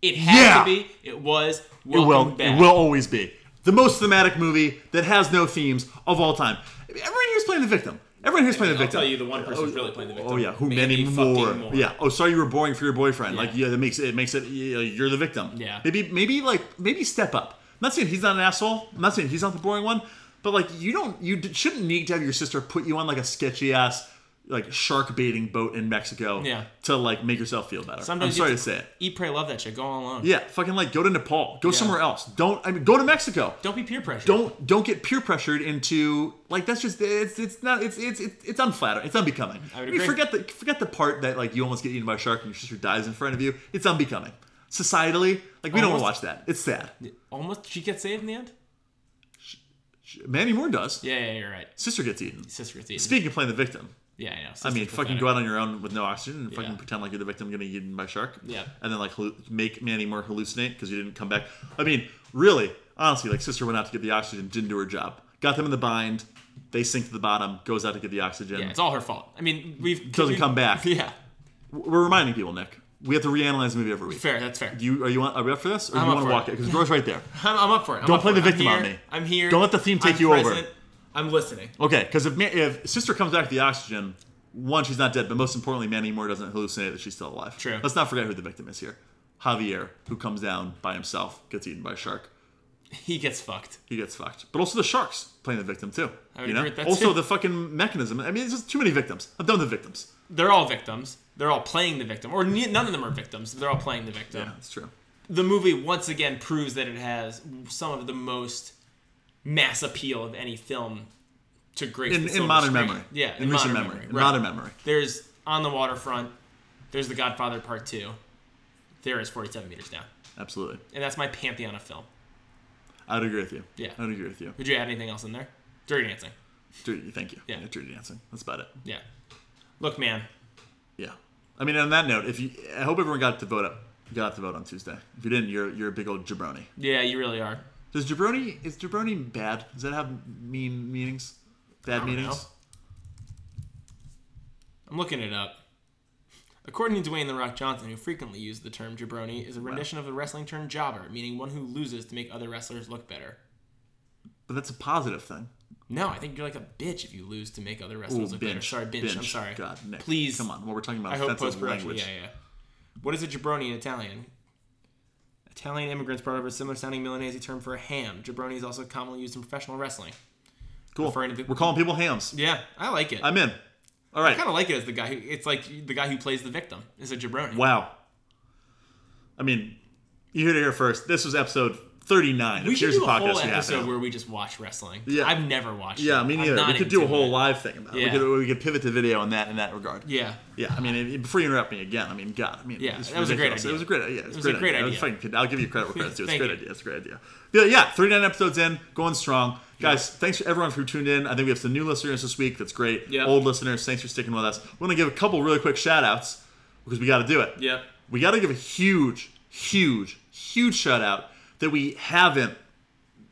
C: It had
B: Oh. Yeah.
C: to be. It was.
B: It
C: Welcome
B: will,
C: back.
B: it will always be the most thematic movie that has no themes of all time. Everyone here's playing the victim. Everyone here's playing
C: I'll
B: the victim.
C: tell you the one person who's really playing the victim.
B: Oh yeah, who many
C: Mandy fucking
B: more?
C: Moore.
B: Yeah. Oh, sorry, you were boring for your boyfriend. Like,
C: Yeah.
B: yeah, that makes it makes it. Yeah, you're the victim.
C: Yeah.
B: Maybe maybe like maybe step up. I'm not saying he's not an asshole. I'm not saying he's not the boring one. But like, you don't you d- shouldn't need to have your sister put you on like a sketchy ass like shark baiting boat in Mexico.
C: Yeah.
B: To like make yourself feel better.
C: Sometimes
B: I'm
C: you
B: sorry to
C: have
B: say it.
C: Eat, pray, love that shit. Go all alone.
B: Yeah. Fucking like go to Nepal. Go somewhere else. Don't I mean go to Mexico
C: Don't be peer pressure.
B: don't don't get peer pressured into like that's just it's it's not it's it's it's, it's unflattering. It's unbecoming.
C: I would
B: mean,
C: agree.
B: forget the forget the part that like you almost get eaten by a shark and your sister dies in front of you. It's unbecoming. Societally, like we don't want to watch
C: Almost-
B: that. It's sad.
C: Almost. She gets saved in the end.
B: Manny Moore does.
C: Yeah, yeah, you're right.
B: Sister gets eaten.
C: Sister gets eaten.
B: Speaking of playing the victim,
C: yeah, I know.
B: I
C: Sister's
B: mean, fucking
C: pathetic.
B: go out on your own with no oxygen and fucking
C: Yeah.
B: pretend like you're the victim getting eaten by a shark.
C: Yeah.
B: And then like hallu- make Manny Moore hallucinate because you didn't come back. I mean, really, honestly, like sister went out to get the oxygen, didn't do her job, got them in the bind. They sink to the bottom, goes out to get the oxygen.
C: Yeah, it's all her fault. I mean, we've
B: Doesn't
C: we-
B: come back.
C: Yeah,
B: We're reminding people, Nick. We have to reanalyze the movie every week.
C: fair. That's fair.
B: Do you are you on, are we up for this, or do
C: I'm
B: you
C: up
B: want
C: for
B: to walk it?
C: it.
B: Because the door's right there.
C: I'm, I'm up for it. I'm
B: Don't
C: up
B: play
C: for
B: the
C: it. I'm
B: victim on
C: here.
B: me.
C: I'm here.
B: Don't let the theme take
C: I'm
B: you over.
C: present. I'm listening.
B: Okay, because if Ma- if sister comes back to the oxygen, one she's not dead, but most importantly, Manny Moore doesn't hallucinate that she's still alive.
C: True.
B: Let's not forget who the victim is here. Javier, who comes down by himself, gets eaten by a shark.
C: He gets fucked.
B: He gets fucked. But also the sharks playing the victim too.
C: I would
B: you know?
C: agree with that,
B: also
C: too.
B: the fucking mechanism. I mean, it's just too many victims. I'm done with victims.
C: They're all victims. They're all playing the victim, or ne- none of them are victims. They're all playing the victim.
B: Yeah, that's true.
C: The movie once again proves that it has some of the most mass appeal of any film to grace
B: In,
C: the
B: in
C: silver
B: modern
C: screen.
B: memory.
C: Yeah,
B: in, recent
C: modern
B: memory. In
C: right.
B: modern memory.
C: There's On the Waterfront. There's The Godfather Part Two. There is 47 meters down,
B: Absolutely.
C: and that's my pantheon of film.
B: I would agree with you.
C: Yeah.
B: I would agree with you.
C: Would you add anything else in there? Dirty Dancing.
B: Dirty, thank you.
C: Yeah.
B: Dirty dancing. That's about it.
C: Yeah. Look, man,
B: Yeah. I mean, on that note, if you, I hope everyone got to vote up, got to vote on Tuesday. If you didn't, you're you're a big old jabroni.
C: Yeah, you really are.
B: Does jabroni is jabroni bad? Does that have mean meanings? Bad meanings?
C: know. I'm looking it up. According to Dwayne The Rock Johnson, who frequently used the term jabroni, is a rendition of the wrestling term jobber, meaning one who loses to make other wrestlers look better.
B: But that's a positive thing.
C: No, I think you're like a bitch if you lose to make other
B: Ooh,
C: wrestlers look better.
B: binge.
C: Sorry, binge. I'm sorry.
B: God, Nick.
C: Please.
B: Come on. Well, we're talking about
C: I hope post
B: offensive
C: production.
B: language.
C: Yeah, yeah. What is a jabroni in Italian? Italian immigrants brought over a similar sounding Milanese term for a ham. Jabroni is also commonly used in professional wrestling.
B: Cool.
C: Referring to the-
B: We're calling people hams.
C: Yeah, I like it. i
B: I'm in. All right.
C: kind of like it as the guy who it's like the guy who plays the victim is a jabroni.
B: Wow. I mean, you heard it here first. This was episode 39
C: We
B: of
C: should
B: Here's the
C: do a
B: Podcast
C: whole
B: We Have
C: episode
B: Now.
C: where we just watch wrestling.
B: Yeah.
C: I've never watched.
B: Yeah,
C: it.
B: me
C: I'm
B: neither.
C: not
B: We could do a
C: into
B: whole
C: it.
B: live thing about it.
C: Yeah.
B: We could, we could pivot to video on that in that regard.
C: Yeah.
B: Yeah, I mean, if- before you interrupt me again, I mean, God, I mean,
C: Yeah,
B: this is
C: that was a great
B: ridiculous.
C: idea.
B: It was a great idea. It was,
C: was a great
B: It was
C: idea.
B: fucking kid- I'll give you credit where credit's due. It's a
C: Thank
B: great
C: you.
B: idea. It's a great idea. Yeah, yeah, 39 episodes in, going strong. Guys, thanks for everyone who tuned in. I think we have some new listeners this week. That's great.
C: Yeah.
B: Old listeners, thanks for sticking with us. We're going to give a couple really quick shout outs because we got to do it.
C: Yep.
B: We got to give a huge, huge, huge shout out that we haven't.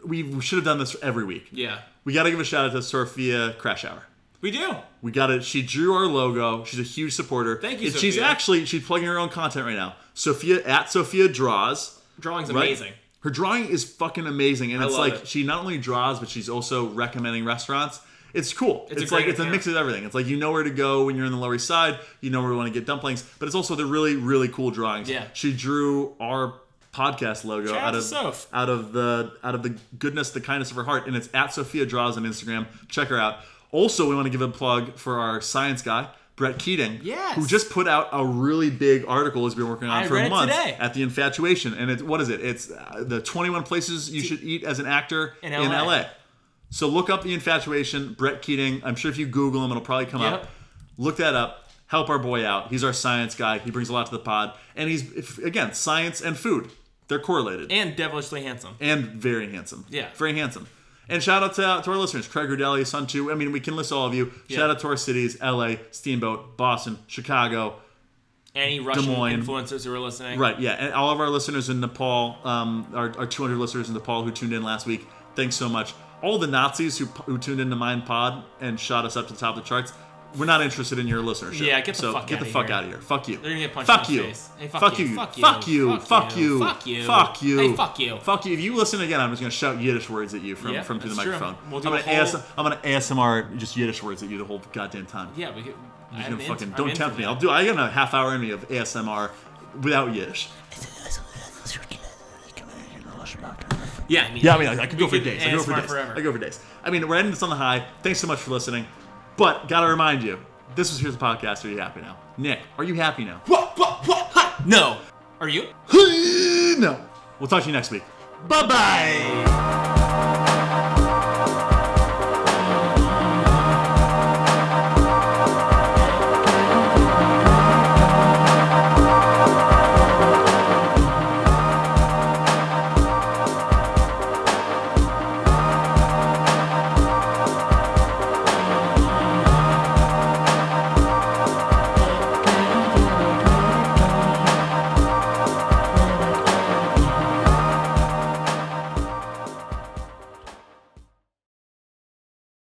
B: We, we should have done this every week.
C: Yeah.
B: We got to give a shout out to Sophia Crash Hour.
C: We do.
B: We got it. She drew our logo. She's a huge supporter.
C: Thank you,
B: And She's
C: Sophia.
B: actually she's plugging her own content right now. Sophia at Sophia draws.
C: Drawing's
B: right?
C: amazing.
B: Her drawing is fucking amazing, and it's
C: love
B: like
C: it.
B: she not only draws, but she's also recommending restaurants. It's cool. It's,
C: a
B: like
C: great
B: it's a mix
C: account.
B: of everything. It's like you know where to go when you're in the Lower East Side. You know where you want to get dumplings, but it's also the really really cool drawings.
C: Yeah.
B: She drew our podcast logo
C: Shout out
B: out
C: to
B: of
C: Soph.
B: out of the out of the goodness, the kindness of her heart, and it's at Sophia Draws on Instagram. Check her out. Also, we want to give a plug for our science guy, Brett Keating,
C: Yes.
B: who just put out a really big article he's been working on
C: I
B: for
C: read
B: a
C: it
B: month
C: today.
B: at the Infatuation, and it's what is it? It's uh, the 21 places you should eat as an actor
C: In
B: in
C: LA.
B: LA. So look up the Infatuation, Brett Keating. I'm sure if you Google him, it'll probably come
C: Yep.
B: up. Look that up. Help our boy out. He's our science guy. He brings a lot to the pod, and he's if- again science and food. They're correlated
C: And devilishly handsome.
B: and very handsome.
C: Yeah.
B: very handsome. And shout out to, to our listeners, Craig Rudelli, Sunchu. I mean, we can list all of you. Shout out to our cities: L.A., Steamboat, Boston, Chicago.
C: Any Russian
B: Des Moines.
C: influencers who are listening.
B: Right, yeah, and all of our listeners in Nepal, um, our, our 200 listeners in Nepal who tuned in last week. Thanks so much. All the Nazis who, who tuned into Mind Pod and shot us up to the top of the charts. We're not interested in your listenership.
C: Yeah, get the
B: so
C: fuck
B: get
C: outta
B: the fuck
C: here.
B: out of here. Fuck you.
C: They're gonna get punched
B: fuck
C: in the
B: you.
C: face. Hey, fuck
B: fuck,
C: you.
B: you.
C: Fuck you.
B: Fuck you.
C: Fuck
B: Fuck
C: you.
B: you.
C: Fuck you.
B: Fuck you.
C: Hey, fuck you.
B: Fuck you. If you listen again, I'm just gonna shout Yiddish words at you from,
C: Yeah,
B: from through the
C: that's true.
B: microphone.
C: We'll do
B: I'm
C: a
B: gonna
C: whole-
B: AS, I'm gonna ASMR just Yiddish words at you the whole goddamn time.
C: Yeah, we could. I'm
B: You're gonna
C: in-
B: fucking
C: I'm
B: don't
C: in
B: tempt
C: for
B: me.
C: that.
B: I'll do. I got a half hour in me of ASMR without Yiddish.
C: Yeah, I mean,
B: Yeah, I mean, I, I could
C: we
B: go for days. I go for
C: ASMR
B: days.
C: forever.
B: I go for days. I mean, we're ending this on the high. Thanks so much for listening. But gotta remind you, this was here's the podcast. Are you happy now, Nick? Are you happy now?
C: Wha- wha- wha- ha! No. Are you?
B: no. We'll talk to you next week. Bye bye.